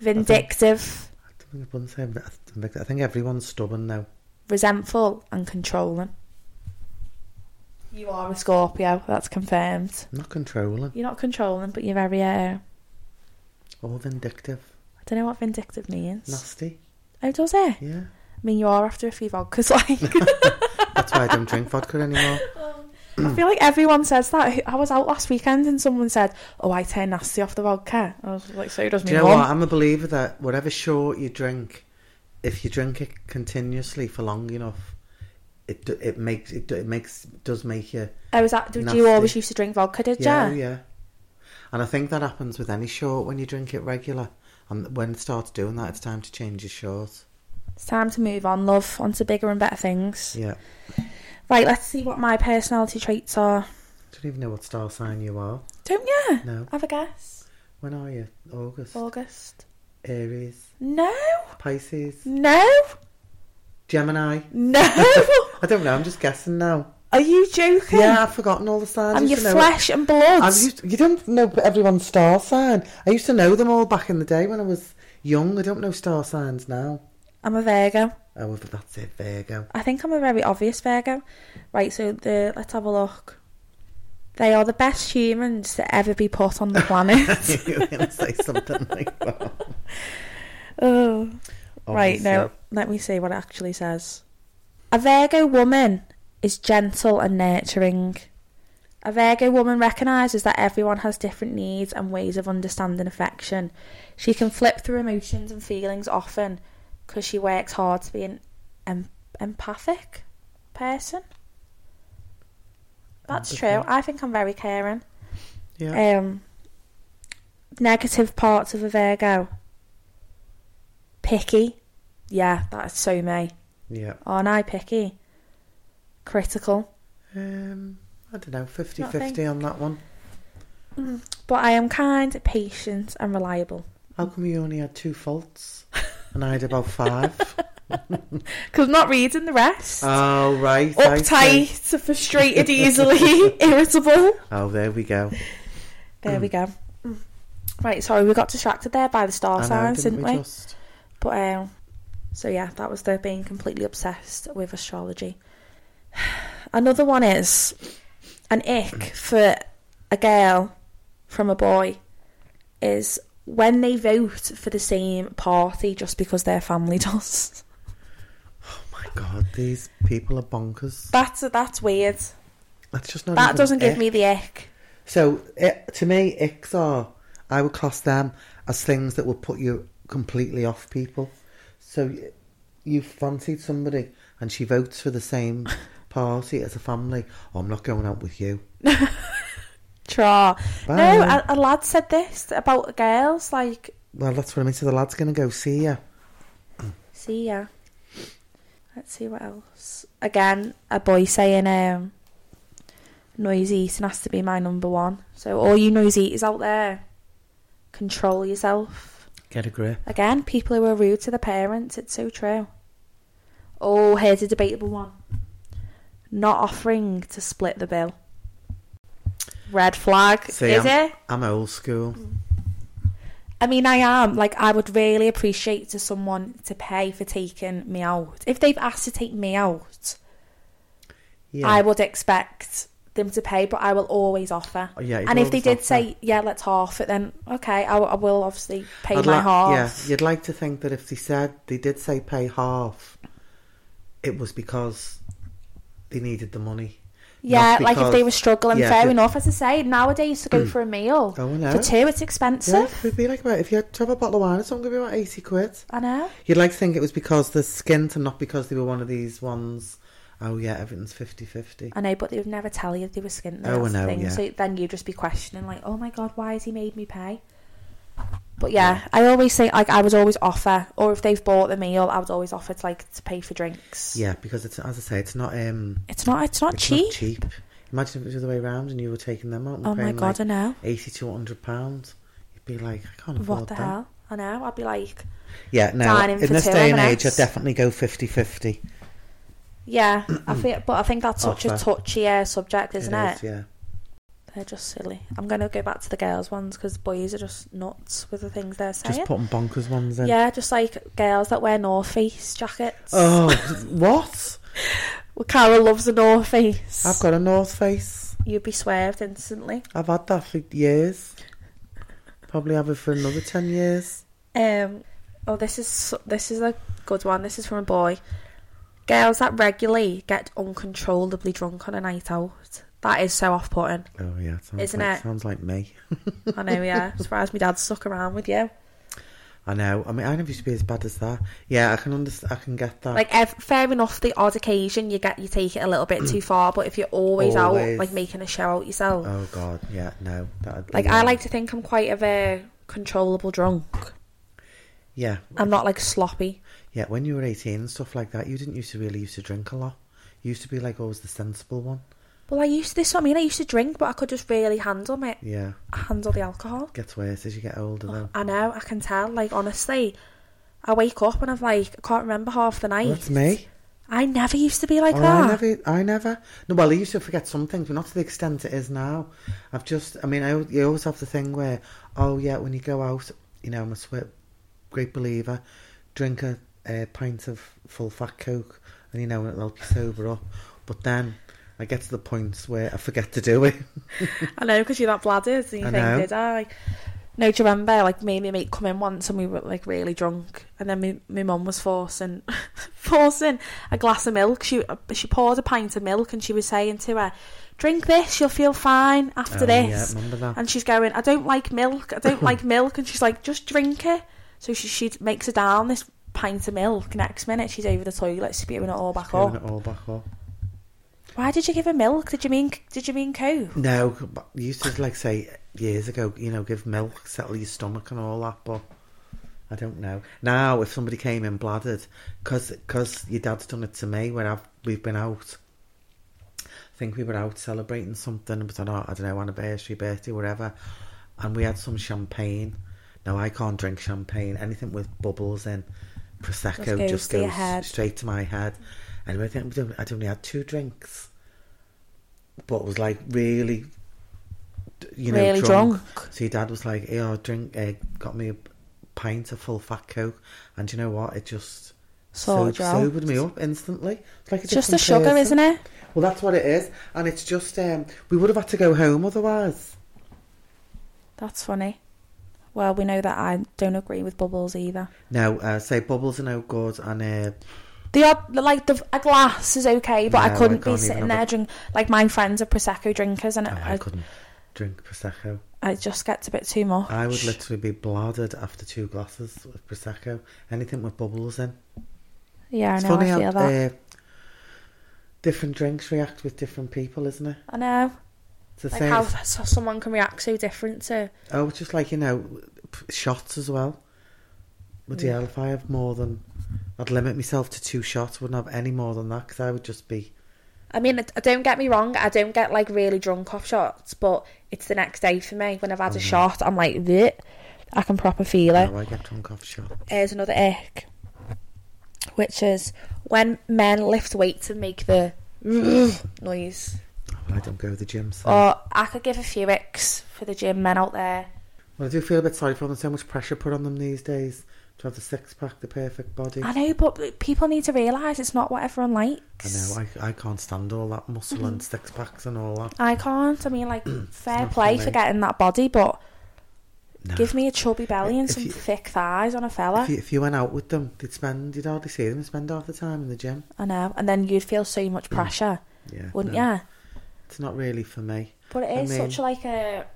Speaker 1: Vindictive,
Speaker 2: I don't think I wouldn't say. that. I think- I think everyone's stubborn now.
Speaker 1: resentful, and controlling. You are a Scorpio, that's confirmed.
Speaker 2: Not controlling
Speaker 1: You're not controlling, but you're very, uh,
Speaker 2: or vindictive,
Speaker 1: I don't know what vindictive means.
Speaker 2: nasty.
Speaker 1: Oh, does it? I
Speaker 2: Yeah,
Speaker 1: mean, you are after a few vodkas, (laughs) like.
Speaker 2: that's why I don't drink vodka anymore.
Speaker 1: (laughs) I feel like everyone says that. I was out last weekend and someone said, "Oh, I turn nasty off the vodka." I was like, "So does
Speaker 2: Do
Speaker 1: me
Speaker 2: you know
Speaker 1: mum."
Speaker 2: what? I'm a believer that whatever short you drink, if you drink it continuously for long enough, it do- it makes it, do- it makes does make you
Speaker 1: I was at. Did you
Speaker 2: Nasty.
Speaker 1: always used to drink vodka? Did
Speaker 2: yeah oh,
Speaker 1: you?
Speaker 2: yeah, and I think that happens with any short when you drink it regular, and when it starts doing that, it's time to change your short.
Speaker 1: It's time to move on, love, onto bigger and better things.
Speaker 2: Yeah,
Speaker 1: Right, let's see what my personality traits are.
Speaker 2: don't even know what star sign you are.
Speaker 1: Don't Oh. you?
Speaker 2: No,
Speaker 1: Have a guess.
Speaker 2: when are you? August,
Speaker 1: August.
Speaker 2: Aries,
Speaker 1: No.
Speaker 2: Pisces,
Speaker 1: No.
Speaker 2: Gemini.
Speaker 1: No.
Speaker 2: I don't know. I'm just guessing now.
Speaker 1: Are you joking?
Speaker 2: Yeah, I've forgotten all the signs. I
Speaker 1: I'm your
Speaker 2: used to know-
Speaker 1: flesh and blood.
Speaker 2: I used you don't know everyone's star sign. I used to know them all back in the day when I was young. I don't know star signs now.
Speaker 1: I'm a Virgo.
Speaker 2: Oh, well, but that's it, (laughs) Virgo.
Speaker 1: I think I'm a very obvious Virgo. Right, so the let's have a look. They are the best humans to ever be put on the
Speaker 2: (laughs)
Speaker 1: planet.
Speaker 2: you were going to say something like that.
Speaker 1: oh. Right,
Speaker 2: Obviously.
Speaker 1: now let me see what it actually says. A Virgo woman is gentle and nurturing. A Virgo woman recognises that everyone has different needs and ways of understanding affection. She can flip through emotions and feelings often because she works hard to be an em- empathic person. That's true. I think I'm very caring.
Speaker 2: Yeah.
Speaker 1: Um, negative parts of a Virgo. Picky. Yeah, that's so me.
Speaker 2: yeah.
Speaker 1: Aren't I picky? Critical.
Speaker 2: Um, I don't know, 50
Speaker 1: Not a
Speaker 2: 50 on that one.
Speaker 1: But I am kind, patient, and reliable.
Speaker 2: How come you only had two
Speaker 1: (laughs)
Speaker 2: faults and I had about five?
Speaker 1: Because I'm not reading the rest.
Speaker 2: oh, right. I see.
Speaker 1: Uptight,
Speaker 2: (laughs)
Speaker 1: frustrated easily, (laughs) irritable.
Speaker 2: Oh, there we go.
Speaker 1: There
Speaker 2: Mm.
Speaker 1: we go. Right, sorry, we got distracted there by the star
Speaker 2: I know,
Speaker 1: signs,
Speaker 2: didn't
Speaker 1: didn't we?
Speaker 2: Just...
Speaker 1: But um, so yeah, that was the being completely obsessed with astrology. (sighs) Another one is an ick for a girl from a boy is when they vote for the same party just because their family (laughs) does.
Speaker 2: Oh my god, these people are bonkers.
Speaker 1: That's that's weird.
Speaker 2: That's just not.
Speaker 1: That
Speaker 2: even
Speaker 1: doesn't give
Speaker 2: it.
Speaker 1: me the ick.
Speaker 2: So it, to me, icks are. I would class them as things that would put you completely off people. So y- you fancied somebody, and she votes for
Speaker 1: (laughs)
Speaker 2: the same party as a family. Oh, I'm not going out with you.
Speaker 1: Tra. No,
Speaker 2: Bye.
Speaker 1: a, a lad said this about girls. Like,
Speaker 2: Well, that's what I mean. So the lad's going to go see you.
Speaker 1: see ya. Let's see what else. Again, a boy saying, um, noise eating has to be my number one. So, all you noise eaters out there, control yourself.
Speaker 2: Get a grip.
Speaker 1: Again, people who are rude to their parents, it's so true. Oh, here's a debatable one. Not offering to split the bill. Red flag,
Speaker 2: See,
Speaker 1: is it?
Speaker 2: I'm old school.
Speaker 1: I mean, I am. Like, I would really appreciate to someone to pay for taking me out. If they've asked to take me out,
Speaker 2: Yeah.
Speaker 1: I would expect them to pay, but I will always offer.
Speaker 2: Oh, yeah, you'd
Speaker 1: and if they
Speaker 2: always
Speaker 1: did
Speaker 2: offer.
Speaker 1: say, "Yeah, let's half it," then okay, I, w- I will obviously pay
Speaker 2: I'd
Speaker 1: my
Speaker 2: like-
Speaker 1: half.
Speaker 2: Yeah, you'd like to think that if they said they did say pay half, it was because they needed the money.
Speaker 1: Yeah,
Speaker 2: Not
Speaker 1: like if they
Speaker 2: because-
Speaker 1: were struggling,
Speaker 2: yeah,
Speaker 1: fair
Speaker 2: if it-
Speaker 1: enough. As I say, nowadays to
Speaker 2: (clears throat)
Speaker 1: go for a meal
Speaker 2: Oh, I know.
Speaker 1: for two, it's
Speaker 2: Yeah,
Speaker 1: expensive.
Speaker 2: it'd be like about if you had to have a bottle of wine or something, it'd be about eighty quid.
Speaker 1: I know.
Speaker 2: You'd like to think it was because they're skint and not because they were one of these ones. Oh yeah, everything's 50-50.
Speaker 1: I know, but they would never tell you if they were skint.
Speaker 2: Oh, I
Speaker 1: though, that's the
Speaker 2: know,
Speaker 1: thing.
Speaker 2: yeah.
Speaker 1: So then you'd just be questioning, like, oh my god, why has he made me pay? But yeah, I always say, like, I would always offer, or if they've bought the meal, I would always offer to, like, to pay for drinks.
Speaker 2: Yeah, because it's as I say, it's not um,
Speaker 1: It's not, it's not
Speaker 2: it's
Speaker 1: cheap.
Speaker 2: Not cheap. Imagine if it was the other way around and you were taking them out. And
Speaker 1: Oh my
Speaker 2: paying,
Speaker 1: god, I
Speaker 2: like,
Speaker 1: know.
Speaker 2: eighty to hundred pounds. You'd be like, I can't afford
Speaker 1: What the
Speaker 2: that.
Speaker 1: hell? I know. I'd be like,
Speaker 2: Yeah, no.
Speaker 1: Dining
Speaker 2: In
Speaker 1: for
Speaker 2: this
Speaker 1: two
Speaker 2: day and
Speaker 1: M&S.
Speaker 2: age, I'd definitely go 50-50.
Speaker 1: yeah,
Speaker 2: (clears throat)
Speaker 1: I think, but I think that's such a
Speaker 2: Offer.
Speaker 1: touchy uh, subject, isn't it?
Speaker 2: is, yeah.
Speaker 1: They're just silly. I'm gonna go back to the girls' ones because boys are just nuts with the things they're saying.
Speaker 2: Just putting bonkers ones in.
Speaker 1: yeah, just like girls that wear North Face jackets. (laughs)
Speaker 2: Oh, what?
Speaker 1: Well, Carol loves a North Face.
Speaker 2: I've got a North Face.
Speaker 1: You'd be swerved instantly.
Speaker 2: I've had that for years. Probably have it for another 10 years.
Speaker 1: Um, oh, this is so- this is a good one. This is from a boy. Girls that regularly get uncontrollably drunk on a night out. That is so off-putting.
Speaker 2: Oh, yeah. it Sounds
Speaker 1: Isn't
Speaker 2: like,
Speaker 1: it?
Speaker 2: Sounds like me.
Speaker 1: I know, yeah. Surprised my dad stuck around with you.
Speaker 2: I know. I mean, I never used to be as bad as that. Yeah, I can understand. I can get that.
Speaker 1: Like, ev- fair enough, the odd occasion you get you take it a little bit too far. But if you're always, out,
Speaker 2: Always.
Speaker 1: like making a show out yourself,
Speaker 2: oh, God. Yeah, no. That'd,
Speaker 1: like
Speaker 2: yeah.
Speaker 1: I like to think I'm quite of a controllable drunk.
Speaker 2: Yeah.
Speaker 1: I'm not like sloppy.
Speaker 2: Yeah, when you were 18 and stuff like that, you didn't used to really used to drink a lot. You used to be like always the sensible one.
Speaker 1: Well, I used to, this. is what I mean, I used to drink, but I could just really handle my
Speaker 2: Yeah.
Speaker 1: handle the alcohol.
Speaker 2: Gets worse as you get older, though.
Speaker 1: I know, I can tell. Like honestly, I wake up and I'm like, I can't remember half the night.
Speaker 2: That's me.
Speaker 1: I never used to be like
Speaker 2: Oh,
Speaker 1: that.
Speaker 2: I never, I never. No, well, I used to forget some things, but not to the extent it is now. I've just, I mean, I al- you always have the thing where, oh yeah, when you go out, you know, I'm a sweat, great believer, drink a, a pint of full fat coke, and you know it'll help you sober up. But then I get to the points where I forget to do it.
Speaker 1: I know because you're that bladdered and you
Speaker 2: I
Speaker 1: think,
Speaker 2: know.
Speaker 1: did I? No, do you remember? Like me and my mate come in once and we were like really drunk, and then my my mum was forcing (laughs) forcing a glass of milk. She she poured a pint of milk and she was saying to her, "Drink this, you'll feel fine after
Speaker 2: (laughs) Oh, yeah,
Speaker 1: this."
Speaker 2: remember that?
Speaker 1: And she's going, "I don't like milk. I
Speaker 2: (laughs)
Speaker 1: don't like milk." And she's like, "Just drink it." So she she makes her down this pint of milk. Next minute, she's over the toilet spewing it all back
Speaker 2: Doing
Speaker 1: up.
Speaker 2: it all back up.
Speaker 1: Why did you give her milk? Did you mean did you mean coke?
Speaker 2: No, but you used to like say years ago, you know, give milk, settle your stomach and all that, but I don't know. Now, if somebody came in bladdered, because your dad's done it to me when I've, we've been out, I think we were out celebrating something, but I don't know, I don't know, anniversary, birthday, whatever, and we had some champagne. No, I can't drink champagne. Anything with bubbles and prosecco
Speaker 1: goes
Speaker 2: just
Speaker 1: to your
Speaker 2: goes,
Speaker 1: head.
Speaker 2: straight to my head. And I think I'd only had two drinks, but it was like really, d- you know,
Speaker 1: Really
Speaker 2: drunk.
Speaker 1: drunk.
Speaker 2: So your dad was like, "Yeah, drink." Uh, got me a pint of full fat coke, and do you know what? It just
Speaker 1: Sorted
Speaker 2: so-
Speaker 1: you out.
Speaker 2: sobered me up instantly. It's like a
Speaker 1: It's just the
Speaker 2: different
Speaker 1: sugar,
Speaker 2: person.
Speaker 1: isn't it?
Speaker 2: Well, that's what it is, and it's just um, we would have had to go home otherwise.
Speaker 1: That's funny. Well, we know that I don't agree with bubbles either.
Speaker 2: No, uh, say bubbles are no good, and uh,
Speaker 1: The odd, like the a glass is okay, but
Speaker 2: No,
Speaker 1: I
Speaker 2: I
Speaker 1: couldn't be
Speaker 2: can't even
Speaker 1: sitting
Speaker 2: have
Speaker 1: there
Speaker 2: a-
Speaker 1: drink like my friends are prosecco drinkers, and
Speaker 2: oh,
Speaker 1: it,
Speaker 2: I
Speaker 1: I,
Speaker 2: couldn't drink prosecco.
Speaker 1: it just gets a bit too much.
Speaker 2: I would literally be bladdered after two glasses of prosecco. Anything with bubbles in.
Speaker 1: yeah, I
Speaker 2: It's
Speaker 1: know.
Speaker 2: funny
Speaker 1: I feel
Speaker 2: how
Speaker 1: that.
Speaker 2: uh, different drinks react with different people, isn't it?
Speaker 1: I know.
Speaker 2: It's the
Speaker 1: Like
Speaker 2: same.
Speaker 1: how f- so someone can react so different to.
Speaker 2: Oh, it's just like you know, p- shots as well. Would yeah. hell if I have more than? I'd limit myself to two shots. Wouldn't have any more than that because I would just be.
Speaker 1: I mean, it- don't get me wrong. I don't get like really drunk off shots, but it's the next day for me when I've
Speaker 2: Mm-hmm.
Speaker 1: had a shot. I'm like, Bleh. I can proper feel it.
Speaker 2: Oh, I get drunk off shot.
Speaker 1: Here's another ick, which is when men lift weights and make the (sniffs)
Speaker 2: Mm.
Speaker 1: noise.
Speaker 2: Well, I don't go to the gym. So.
Speaker 1: Or I could give a few icks for the gym men out there.
Speaker 2: Well, I do feel a bit sorry for them. So much pressure put on them these days to have the six pack, the perfect body.
Speaker 1: I know, but people need to realise it's not what everyone
Speaker 2: I
Speaker 1: likes.
Speaker 2: know, I, I can't stand all that muscle
Speaker 1: Mm-hmm.
Speaker 2: and six packs and all that.
Speaker 1: I can't. I mean,
Speaker 2: (clears throat)
Speaker 1: like, fair
Speaker 2: not
Speaker 1: play
Speaker 2: for
Speaker 1: for
Speaker 2: me.
Speaker 1: getting that body, but
Speaker 2: No.
Speaker 1: give me a chubby belly and
Speaker 2: If
Speaker 1: some
Speaker 2: you-
Speaker 1: thick thighs on a fella.
Speaker 2: If you, if you went out with them, they'd spend, you'd hardly see them spend half the time in the gym.
Speaker 1: I know. And then you'd feel so much pressure,
Speaker 2: Mm. Yeah.
Speaker 1: wouldn't
Speaker 2: no,
Speaker 1: ya?
Speaker 2: It's not really for me.
Speaker 1: But it
Speaker 2: I
Speaker 1: is such
Speaker 2: mean-
Speaker 1: like a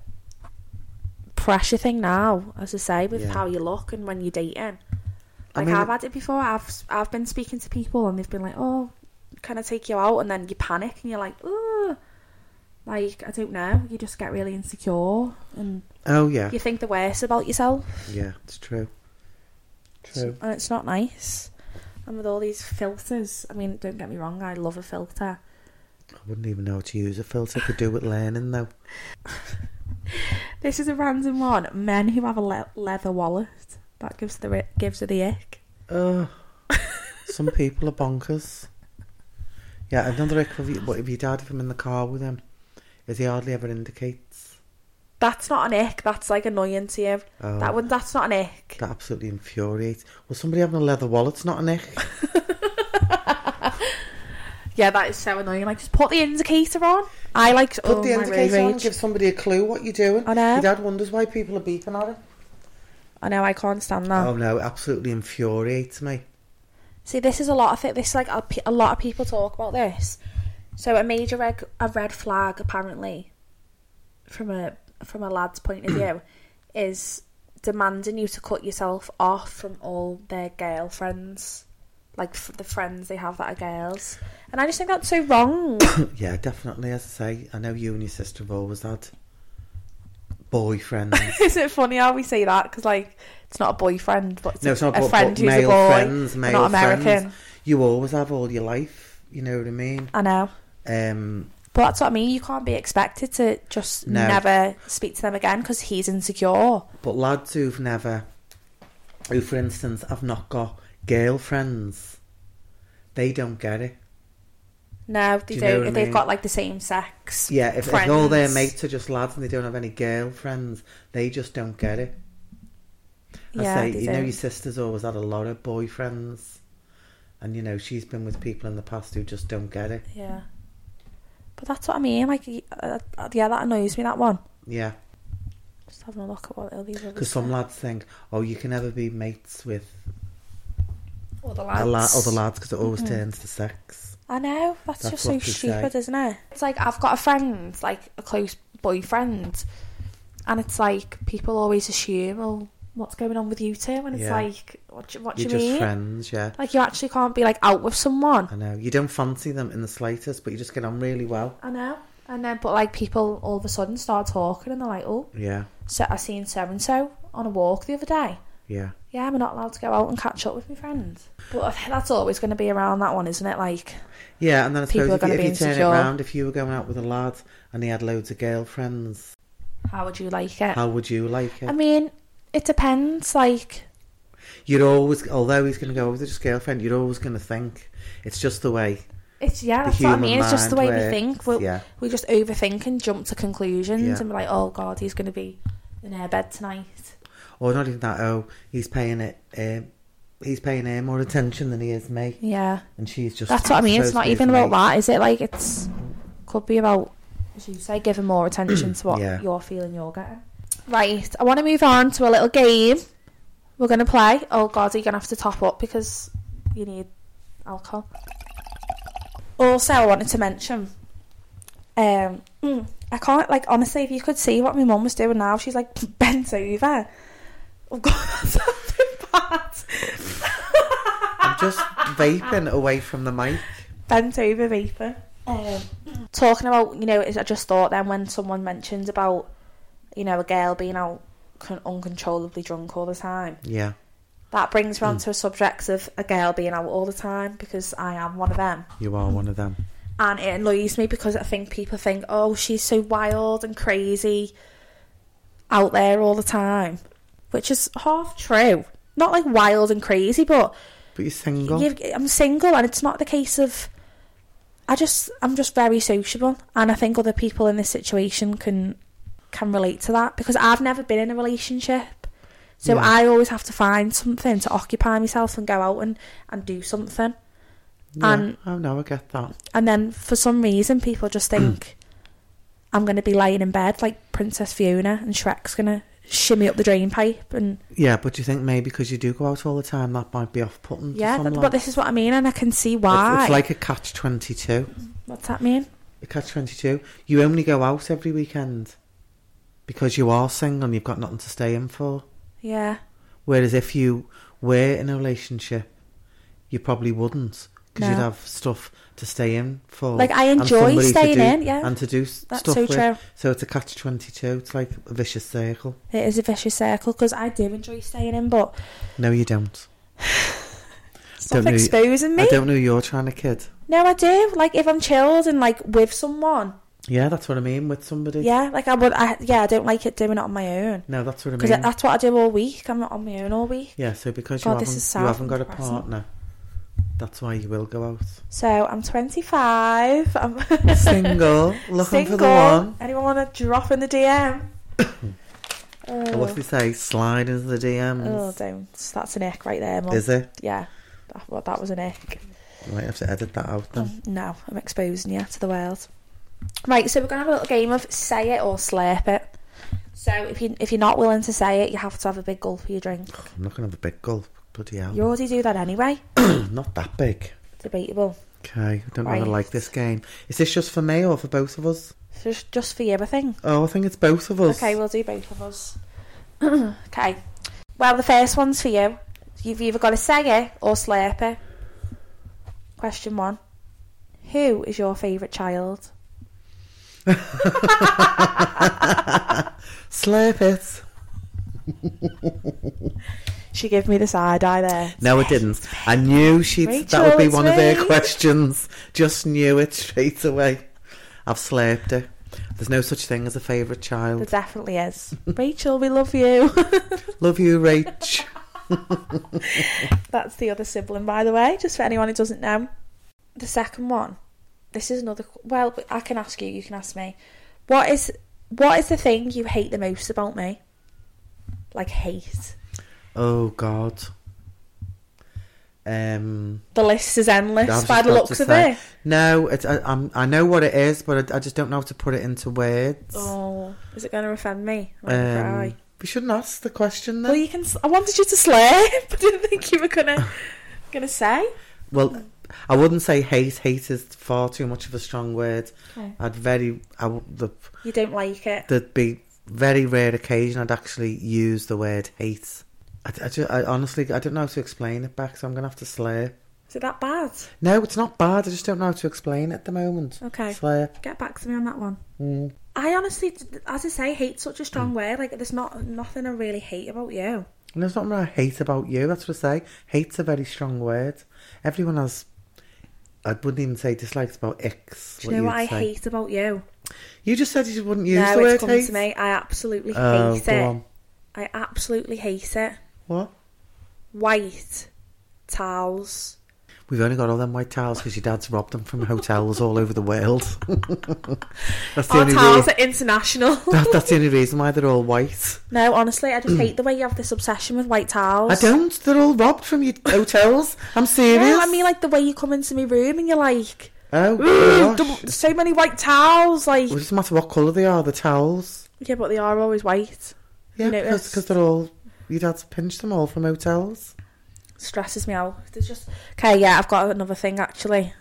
Speaker 1: pressure thing now, as I say, with
Speaker 2: Yeah.
Speaker 1: how you look and when you're dating.
Speaker 2: I
Speaker 1: Like I
Speaker 2: mean-
Speaker 1: have had it before. I've I've been speaking to people and they've been like, "Oh, can I take you out?" And then you panic and you're like, "Ooh." Like I don't know, you just get really insecure and
Speaker 2: Oh, yeah.
Speaker 1: you think the worst about yourself,
Speaker 2: Yeah, it's true. True.
Speaker 1: and it's not nice. And with all these filters, I mean, don't get me wrong, I love a filter.
Speaker 2: I wouldn't even know how to use a filter. Could do with learning, though.
Speaker 1: This is a random one. Men who have a le- leather wallet that gives the ri- gives her the ick.
Speaker 2: Oh, (laughs) some people are bonkers. Yeah, another ick of you, but if your dad, if I'm in the car with him, is he hardly ever indicates.
Speaker 1: That's not an ick. That's like annoying to you.
Speaker 2: Oh.
Speaker 1: That one. That's not an ick.
Speaker 2: That absolutely infuriates. Well, somebody having a leather wallet's not
Speaker 1: (laughs)
Speaker 2: an ick.
Speaker 1: Yeah, that is so annoying. Like, just put the indicator on. I like
Speaker 2: Put
Speaker 1: oh,
Speaker 2: the
Speaker 1: my
Speaker 2: indicator on
Speaker 1: road
Speaker 2: and
Speaker 1: rage.
Speaker 2: give somebody a clue what you're doing.
Speaker 1: I know.
Speaker 2: Your dad wonders why people are beeping at him.
Speaker 1: I know I can't stand that.
Speaker 2: Oh no, it absolutely infuriates me.
Speaker 1: See, this is a lot of it. This like a, pe- a lot of people talk about this. So a major red a red flag apparently, from a from a lad's point of
Speaker 2: (clears throat)
Speaker 1: view, is demanding you to cut yourself off from all their girl friends, like f- the friends they have that are girls. And I just think that's so
Speaker 2: (coughs)
Speaker 1: wrong. (laughs)
Speaker 2: yeah, definitely. As I say, I know you and your sister have always had
Speaker 1: (laughs)
Speaker 2: boyfriends.
Speaker 1: is it funny how we say that? Because like it's not a boyfriend, but it's,
Speaker 2: no,
Speaker 1: a,
Speaker 2: it's not.
Speaker 1: a
Speaker 2: but,
Speaker 1: friend
Speaker 2: but
Speaker 1: who's
Speaker 2: male
Speaker 1: a boy,
Speaker 2: friends, male
Speaker 1: not American.
Speaker 2: friends. You always have all your life. You know what I mean?
Speaker 1: I know.
Speaker 2: Um,
Speaker 1: But that's what I mean. You can't be expected to just
Speaker 2: No.
Speaker 1: never speak to them again because he's insecure.
Speaker 2: but lads who've never, who for instance have not got girlfriends, they don't get it.
Speaker 1: No, they
Speaker 2: Do you
Speaker 1: don't.
Speaker 2: know what I
Speaker 1: if they've
Speaker 2: mean?
Speaker 1: got like the same sex.
Speaker 2: Yeah, if, if all their
Speaker 1: friends.
Speaker 2: mates are just lads and they don't have any girlfriends, they just don't get it. I
Speaker 1: Yeah,
Speaker 2: say,
Speaker 1: they
Speaker 2: you know,
Speaker 1: don't.
Speaker 2: your sister's always had a lot of boyfriends, and you know she's been with people in the past who just don't get it.
Speaker 1: Yeah, but that's what I mean. Like, y- uh, uh, yeah, that annoys me. That one.
Speaker 2: Yeah,
Speaker 1: Just having a look at what all these other
Speaker 2: because some lads think, oh, you can never be mates with
Speaker 1: other
Speaker 2: a la-
Speaker 1: lads. Mm-hmm.
Speaker 2: other lads because it always turns to sex.
Speaker 1: I know. That's,
Speaker 2: That's
Speaker 1: just so
Speaker 2: what they say.
Speaker 1: stupid, isn't it? It's like I've got a friend, like a close boyfriend, and it's like people always assume, "Well, what's going on with you two? And it's
Speaker 2: Yeah.
Speaker 1: like, what do, what do
Speaker 2: You're
Speaker 1: you
Speaker 2: just
Speaker 1: mean?
Speaker 2: friends, yeah.
Speaker 1: Like you actually can't be like out with someone.
Speaker 2: I know you don't fancy them in the slightest, but you just get on really well.
Speaker 1: I know. And then, but like people all of a sudden start talking, and they're like, "Oh,
Speaker 2: Yeah,
Speaker 1: so I seen so and so on a walk the other day.
Speaker 2: yeah.
Speaker 1: Yeah, we're not allowed to go out and catch up with my friends. But I think that's always going to be around that one, isn't it? Like,
Speaker 2: Yeah, and then I
Speaker 1: People
Speaker 2: suppose
Speaker 1: are
Speaker 2: if, you,
Speaker 1: gonna
Speaker 2: if
Speaker 1: be
Speaker 2: you turn it
Speaker 1: insecure.
Speaker 2: round, if you were going out with a lad and he had loads of girlfriends,
Speaker 1: how would you like it? Um,
Speaker 2: how would you like it?
Speaker 1: I mean, it depends. Like,
Speaker 2: You're always, although he's going to go with his girlfriend, you're always going to think it's just the way.
Speaker 1: it's yeah,
Speaker 2: The
Speaker 1: that's what I
Speaker 2: human
Speaker 1: mean. It's just the way
Speaker 2: mind
Speaker 1: we think.
Speaker 2: works,
Speaker 1: We're,
Speaker 2: yeah.
Speaker 1: We just overthink and jump to conclusions
Speaker 2: Yeah.
Speaker 1: and be like, oh god, he's going to be in her bed tonight.
Speaker 2: Or not even that. Oh, he's paying it. Um, he's paying her more attention than he is me,
Speaker 1: Yeah,
Speaker 2: and she's just.
Speaker 1: that's what I mean. It's
Speaker 2: supposed
Speaker 1: not
Speaker 2: to be
Speaker 1: even
Speaker 2: for
Speaker 1: about
Speaker 2: me.
Speaker 1: that, is it? Like, it's could be about, as you say, giving more attention to what
Speaker 2: Yeah.
Speaker 1: you're feeling you're getting. Right, I want to move on to a little game. We're going to play. Oh god, you're going to have to top up because you need alcohol. Also, I wanted to mention, um, mm, I can't like honestly. If you could see what my mum was doing now, she's like (laughs) bent over. Oh god, (laughs) that's something bad.
Speaker 2: I'm
Speaker 1: (laughs)
Speaker 2: just vaping away from the mic.
Speaker 1: bent over vapor. Um, talking about, you know, I just thought then when someone mentioned about, you know, a girl being out con- uncontrollably drunk all the time,
Speaker 2: Yeah.
Speaker 1: that brings me on to a subject of a girl being out all the time because I am one of them.
Speaker 2: You are one of them.
Speaker 1: And it annoys me because I think people think, oh, she's so wild and crazy out there all the time, which is half true. Not like wild and crazy, but
Speaker 2: But you're single.
Speaker 1: You've, I'm single, and it's not the case of. I just, I'm just very sociable, and I think other people in this situation can can relate to that because I've never been in a relationship, so
Speaker 2: Yeah.
Speaker 1: I always have to find something to occupy myself and go out and and do something.
Speaker 2: Yeah.
Speaker 1: and-
Speaker 2: oh no, I get that.
Speaker 1: And then for some reason, people
Speaker 2: (clears throat)
Speaker 1: just think I'm going to be lying in bed like Princess Fiona, and Shrek's going to shimmy up the drain pipe, and
Speaker 2: Yeah, but do you think maybe because you do go out all the time, that might be off-putting? to
Speaker 1: yeah.
Speaker 2: some
Speaker 1: But, but
Speaker 2: lads?
Speaker 1: this is what I mean, and I can see
Speaker 2: It's-
Speaker 1: why.
Speaker 2: it's like a catch twenty-two.
Speaker 1: What's that mean?
Speaker 2: A catch twenty-two. You only go out every weekend because you are single and you've got nothing to stay in for.
Speaker 1: Yeah,
Speaker 2: Whereas if you were in a relationship, you probably wouldn't because you'd
Speaker 1: No.
Speaker 2: have stuff to stay in for.
Speaker 1: Like, I
Speaker 2: and
Speaker 1: enjoy
Speaker 2: somebody to
Speaker 1: staying
Speaker 2: do-
Speaker 1: in, yeah.
Speaker 2: and to do s-
Speaker 1: that's
Speaker 2: stuff
Speaker 1: so
Speaker 2: with.
Speaker 1: true.
Speaker 2: So it's a catch twenty-two. It's like a vicious circle.
Speaker 1: It is a vicious circle because I do enjoy staying in, but
Speaker 2: No, you don't.
Speaker 1: stop
Speaker 2: know you-
Speaker 1: exposing
Speaker 2: I
Speaker 1: me.
Speaker 2: don't know. You're trying to kid.
Speaker 1: no, I do. Like if I'm chilled and like with someone,
Speaker 2: Yeah, that's what I mean with somebody.
Speaker 1: yeah. Like I would, I yeah. I don't like it doing it on my own
Speaker 2: No, that's what I
Speaker 1: because
Speaker 2: mean.
Speaker 1: that's what I do all week. I'm not on my own all week,
Speaker 2: Yeah, so because
Speaker 1: God,
Speaker 2: you
Speaker 1: this
Speaker 2: haven't
Speaker 1: is
Speaker 2: you
Speaker 1: sad
Speaker 2: haven't
Speaker 1: and
Speaker 2: got a
Speaker 1: depressing.
Speaker 2: partner, that's why you will go
Speaker 1: (laughs)
Speaker 2: out.
Speaker 1: so I'm 25. I'm (laughs)
Speaker 2: Single, looking for the one.
Speaker 1: Anyone want to drop in the
Speaker 2: (coughs)
Speaker 1: DM? oh,
Speaker 2: Or what do they say? Slide into the
Speaker 1: oh,
Speaker 2: DMs.
Speaker 1: don't. That's an ick right there, mum.
Speaker 2: Is it?
Speaker 1: Yeah, that, well, that was an ick.
Speaker 2: I might have to edit that out then.
Speaker 1: Um, no, I'm exposing you to the world. Right, so we're gonna have a little game of say it or slurp it. So if you if you're not willing to say it, you have to have a big gulp of your drink.
Speaker 2: I'm not going to have a big gulp. Bloody hell.
Speaker 1: You already do that anyway.
Speaker 2: (clears throat) not that big.
Speaker 1: Debatable.
Speaker 2: Okay, I don't
Speaker 1: Right.
Speaker 2: really like this game. Is this just for me or for both of us?
Speaker 1: So just just for you, I think.
Speaker 2: Oh, I think it's both of us.
Speaker 1: Okay, we'll do both of us. (clears throat) okay. Well, the first one's for you. You've either got to say it or slurp it. Question one: Who is your favourite child?
Speaker 2: (laughs) Slurp it.
Speaker 1: She gave me the side eye there.
Speaker 2: No, it didn't. I knew she'd. that
Speaker 1: Rachel,
Speaker 2: would be
Speaker 1: it's
Speaker 2: one of her
Speaker 1: me.
Speaker 2: questions. Just knew it straight away. I've slurped her. There's no such thing as a favourite
Speaker 1: There
Speaker 2: child.
Speaker 1: definitely is. Rachel, we love you. (laughs)
Speaker 2: Love you, Rach. (laughs)
Speaker 1: That's the other sibling, by the way, just for anyone who doesn't know. The second one. This is another. Well, I can ask you. You can ask me. What is what is the thing you hate the most about me? Like hate.
Speaker 2: Oh God. Um.
Speaker 1: The list is
Speaker 2: I
Speaker 1: endless
Speaker 2: was
Speaker 1: by
Speaker 2: just
Speaker 1: the
Speaker 2: about
Speaker 1: looks
Speaker 2: to
Speaker 1: of
Speaker 2: say-
Speaker 1: it.
Speaker 2: No, it's, I, I'm, I know what it is, but I, I just don't know how to put it into words.
Speaker 1: Oh, is it going to offend me? I'm gonna
Speaker 2: um,
Speaker 1: cry.
Speaker 2: we shouldn't ask the question then.
Speaker 1: Well, you can. s- I wanted you to slurp. (laughs) I didn't think you were gonna gonna say.
Speaker 2: Well, I wouldn't say hate. Hate is far too much of a strong word. I'd very, I, w- the,
Speaker 1: You don't like it.
Speaker 2: there'd be very rare occasion I'd actually use the word hate. I, I, ju- I honestly, I don't know how to explain it back, so I'm gonna have to slurp.
Speaker 1: Is it that bad?
Speaker 2: No, it's not bad. I just don't know how to explain it at the moment.
Speaker 1: Okay.
Speaker 2: Slurp.
Speaker 1: Get back to me on that one.
Speaker 2: Mm.
Speaker 1: I honestly, as I say, hate such a strong
Speaker 2: Hmm.
Speaker 1: word. Like, there's not nothing I really hate about you.
Speaker 2: And there's nothing I hate about you. That's what I say. Hate's a very strong word. Everyone has. I wouldn't even say dislikes about icks.
Speaker 1: Do you know
Speaker 2: you'd
Speaker 1: what I
Speaker 2: say.
Speaker 1: hate about you?
Speaker 2: You just said you wouldn't use
Speaker 1: no,
Speaker 2: the word
Speaker 1: it's coming
Speaker 2: hate.
Speaker 1: to me. I absolutely
Speaker 2: Oh,
Speaker 1: hate
Speaker 2: go
Speaker 1: it.
Speaker 2: on.
Speaker 1: I absolutely hate it.
Speaker 2: What?
Speaker 1: White towels.
Speaker 2: We've only got all them white towels because your dad's robbed them from hotels all over the world. (laughs) that's the
Speaker 1: Our
Speaker 2: only
Speaker 1: towels
Speaker 2: (laughs) rea-
Speaker 1: are international.
Speaker 2: that, that's the only reason why they're all white.
Speaker 1: no, honestly, I just hate the way you have this obsession with white towels.
Speaker 2: I don't. They're all robbed from your hotels. I'm serious.
Speaker 1: No, I mean like the way you come into my room and you're like, (clears throat)
Speaker 2: oh
Speaker 1: "Ugh,
Speaker 2: gosh.
Speaker 1: the- so many white towels. Like,
Speaker 2: Well, it doesn't matter what colour they are. The towels.
Speaker 1: yeah, but they are always white.
Speaker 2: Yeah,
Speaker 1: You know,
Speaker 2: because
Speaker 1: it's-
Speaker 2: because they're all. Your dad's pinched them all from hotels.
Speaker 1: Stresses me out. There's just okay. Yeah, I've got another thing actually.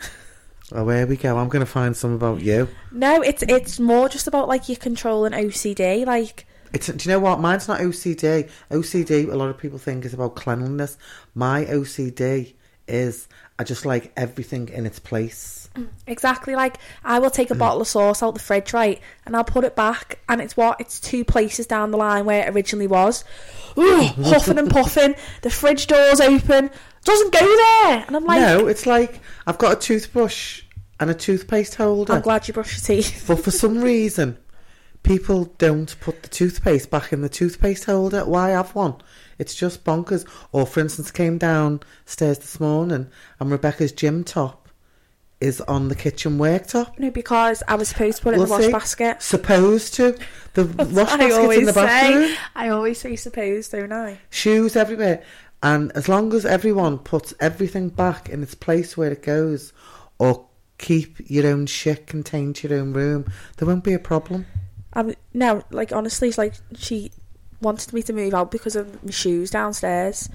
Speaker 2: Oh, here we go. I'm going to find some about you.
Speaker 1: No, it's it's more just about like your control and OCD. Like,
Speaker 2: It's, do you know what? Mine's not OCD. OCD, a lot of people think, is about cleanliness. My OCD is I just like everything in its place.
Speaker 1: Exactly. Like I will
Speaker 2: Mm.
Speaker 1: take a bottle of sauce out the fridge, right, and I'll put it back, and it's what it's two places down the line where it originally was.
Speaker 2: (laughs)
Speaker 1: Ooh, huffing and puffing. The fridge door's open. Doesn't go there, and I'm like,
Speaker 2: no, it's like I've got a toothbrush and a toothpaste holder.
Speaker 1: I'm glad you brush your teeth. (laughs)
Speaker 2: But for some reason, people don't put the toothpaste back in the toothpaste holder. Why have one? It's just bonkers. Or, for instance, came downstairs this morning and Rebecca's gym top is on the kitchen worktop.
Speaker 1: No, because I was supposed to put it in the
Speaker 2: Well,
Speaker 1: wash
Speaker 2: see,
Speaker 1: basket.
Speaker 2: Supposed to.
Speaker 1: (laughs)
Speaker 2: The wash
Speaker 1: I
Speaker 2: basket's in
Speaker 1: always
Speaker 2: the bathroom.
Speaker 1: say. I always say supposed, don't I?
Speaker 2: Shoes everywhere. And as long as everyone puts everything back in its place where it goes or keep your own shit contained to your own room, there won't be a problem.
Speaker 1: Um, no, like honestly, it's like she wanted me to move out because of my shoes downstairs,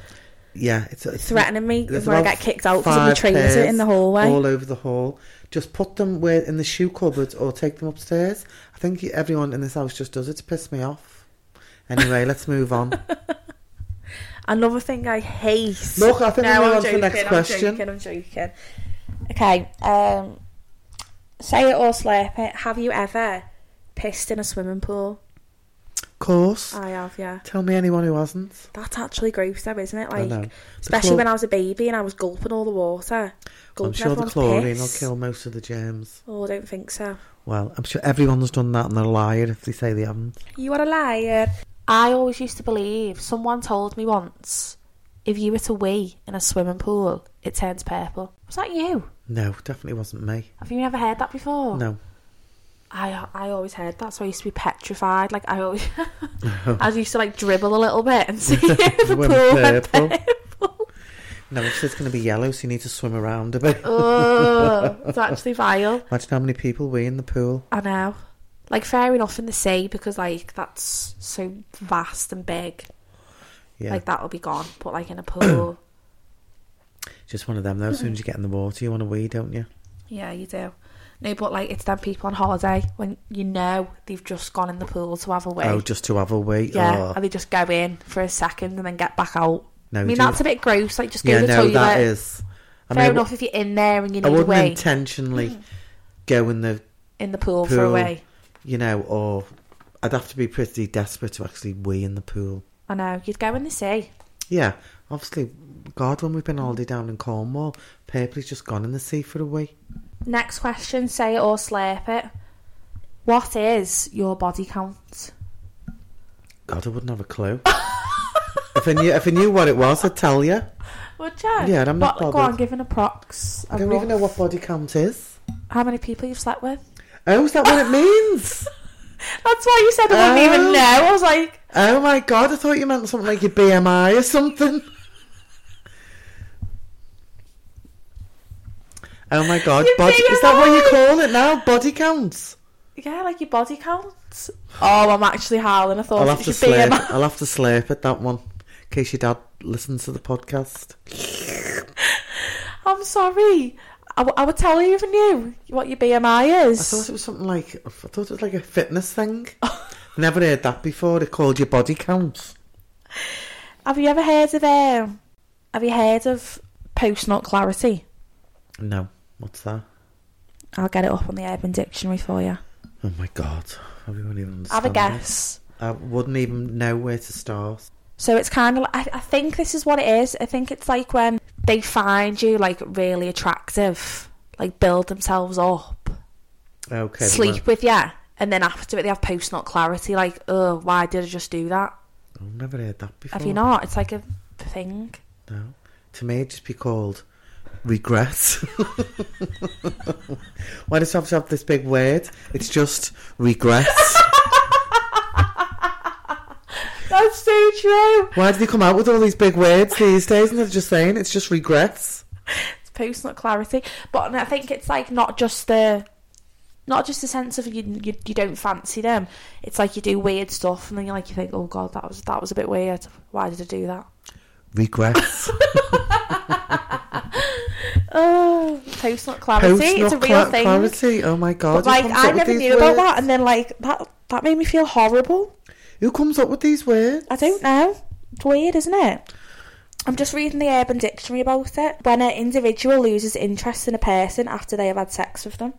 Speaker 2: Yeah, it's, it's
Speaker 1: threatening me
Speaker 2: There's
Speaker 1: when I
Speaker 2: about
Speaker 1: get kicked out because of my
Speaker 2: five
Speaker 1: trainers
Speaker 2: pairs
Speaker 1: in the hallway.
Speaker 2: all over the hall. Just put them where in the shoe cupboards or take them upstairs. I think everyone in this house just does it to piss me off. Anyway, let's
Speaker 1: (laughs)
Speaker 2: move on.
Speaker 1: Another thing I hate.
Speaker 2: Look, I think
Speaker 1: No,
Speaker 2: we'll move
Speaker 1: I'm
Speaker 2: on to the next
Speaker 1: joking,
Speaker 2: question.
Speaker 1: I'm joking, I'm joking. Okay. Um, say it or slurp it. Have you ever pissed in a swimming pool?
Speaker 2: Of course,
Speaker 1: I have, yeah.
Speaker 2: tell me anyone who hasn't.
Speaker 1: That's actually gross, though, isn't it?
Speaker 2: I know.
Speaker 1: Like,
Speaker 2: The
Speaker 1: especially
Speaker 2: chlor-
Speaker 1: when I was a baby and I was gulping all the water. Gulping
Speaker 2: I'm sure the
Speaker 1: everyone's
Speaker 2: chlorine
Speaker 1: piss.
Speaker 2: will kill most of the germs.
Speaker 1: Oh, I don't think so.
Speaker 2: Well, I'm sure everyone's done that and they're a liar if they say they haven't.
Speaker 1: You are a liar. I always used to believe. Someone told me once, if you were to wee in a swimming pool, it turns purple. Was that you?
Speaker 2: No, definitely wasn't me.
Speaker 1: Have you never heard that before?
Speaker 2: No.
Speaker 1: I I always heard that, so I used to be petrified. Like I
Speaker 2: (laughs)
Speaker 1: always, (laughs) I used to like dribble a little bit and see if the pool
Speaker 2: Went
Speaker 1: went
Speaker 2: purple.
Speaker 1: (laughs) purple.
Speaker 2: No, it's just going to be yellow, so you need to swim around
Speaker 1: (laughs)
Speaker 2: a bit.
Speaker 1: Ugh, Oh, it's actually vile.
Speaker 2: Imagine how many people were in the pool.
Speaker 1: I know. Like fair enough in the sea because like that's so vast and big.
Speaker 2: Yeah.
Speaker 1: Like that'll be gone, but like in a pool,
Speaker 2: Just one of them, though. As soon as you get in the water, you want to wee, don't you?
Speaker 1: yeah, you do. No, but like it's them people on holiday when you know they've just gone in the pool to have a wee.
Speaker 2: Oh, just to have a wee.
Speaker 1: yeah,
Speaker 2: Oh.
Speaker 1: and they just go in for a second and then get back out.
Speaker 2: No,
Speaker 1: I
Speaker 2: you
Speaker 1: mean
Speaker 2: do-
Speaker 1: that's a bit gross. Like just go
Speaker 2: yeah
Speaker 1: to the
Speaker 2: no,
Speaker 1: toilet.
Speaker 2: that is. I
Speaker 1: Fair
Speaker 2: mean, I w-
Speaker 1: enough if you're in there and you Mm.
Speaker 2: I
Speaker 1: need a
Speaker 2: wouldn't
Speaker 1: wee
Speaker 2: intentionally go in the,
Speaker 1: in the pool, for a
Speaker 2: Pool.
Speaker 1: wee.
Speaker 2: you know, or I'd have to be pretty desperate to actually wee in the pool.
Speaker 1: I know you'd go in the sea.
Speaker 2: Yeah, obviously, God, when we've been all day down in Cornwall, Purple's just gone in the sea for a wee.
Speaker 1: Next question: Say it or slurp it. What is your body count?
Speaker 2: God, I wouldn't have
Speaker 1: (laughs)
Speaker 2: a clue. if I knew, if I knew what it was, I'd tell you.
Speaker 1: Would you?
Speaker 2: Yeah, I'm not
Speaker 1: What, go
Speaker 2: bothered.
Speaker 1: on, give an approx.
Speaker 2: I
Speaker 1: a
Speaker 2: don't even know
Speaker 1: rough-
Speaker 2: what body count is.
Speaker 1: How many people you've slept with?
Speaker 2: Oh, is that what it means?
Speaker 1: That's why you said I wouldn't even
Speaker 2: Oh.
Speaker 1: know. I was like,
Speaker 2: Oh my god, I thought you meant something like your BMI or something. Oh my god,
Speaker 1: Your
Speaker 2: body, is that what you
Speaker 1: BMI.
Speaker 2: call it now? Body counts?
Speaker 1: yeah, like your body count. Oh, I'm actually howling. I thought
Speaker 2: I'll have
Speaker 1: it
Speaker 2: to
Speaker 1: should be
Speaker 2: slurp.
Speaker 1: a
Speaker 2: I'll have to slurp at that one in case your dad listens to the podcast.
Speaker 1: (laughs) I'm sorry. I, w- I would tell you if I knew what your BMI
Speaker 2: I thought
Speaker 1: is.
Speaker 2: it was something like I thought it was like a fitness thing. Never heard that before. It called your body counts.
Speaker 1: (laughs) Have you ever heard of um? Have you heard of post not clarity?
Speaker 2: No, what's that?
Speaker 1: I'll get it up on the Urban Dictionary for you.
Speaker 2: Oh my god, I wouldn't even understand.
Speaker 1: Have a
Speaker 2: it.
Speaker 1: guess.
Speaker 2: I wouldn't even know where to start.
Speaker 1: So it's kind of. I, I think this is what it is. I think it's like when they find you like really attractive, like build themselves up,
Speaker 2: Okay, well-
Speaker 1: sleep with you, and then after it they have post not clarity. Like, oh, why did I just do that?
Speaker 2: I've never heard that before.
Speaker 1: Have you not? It's like a thing.
Speaker 2: No. To me, it'd just be called
Speaker 1: (laughs)
Speaker 2: regret. Why does it have to have this big word? It's just regret.
Speaker 1: (laughs) That's so true.
Speaker 2: Why do they come out with all these big words these days and they're just saying it's just regrets?
Speaker 1: It's post not clarity, but I think it's like not just the, not just the sense of you, you you don't fancy them. It's like you do weird stuff and then you like you think, oh god, that was that was a bit weird. Why did I do that? (laughs)
Speaker 2: Regrets.
Speaker 1: Oh, post not clarity.
Speaker 2: Post
Speaker 1: it's a
Speaker 2: not
Speaker 1: real
Speaker 2: cla-
Speaker 1: thing.
Speaker 2: clarity. Oh my
Speaker 1: But
Speaker 2: god. who
Speaker 1: like
Speaker 2: comes
Speaker 1: I
Speaker 2: up with
Speaker 1: never
Speaker 2: these
Speaker 1: knew about
Speaker 2: words?
Speaker 1: that, and then like that that made me feel horrible.
Speaker 2: Who comes up with these words?
Speaker 1: I don't know. It's weird, isn't it? I'm just reading the Urban Dictionary about it. When an individual loses interest in a person after they have had sex with them.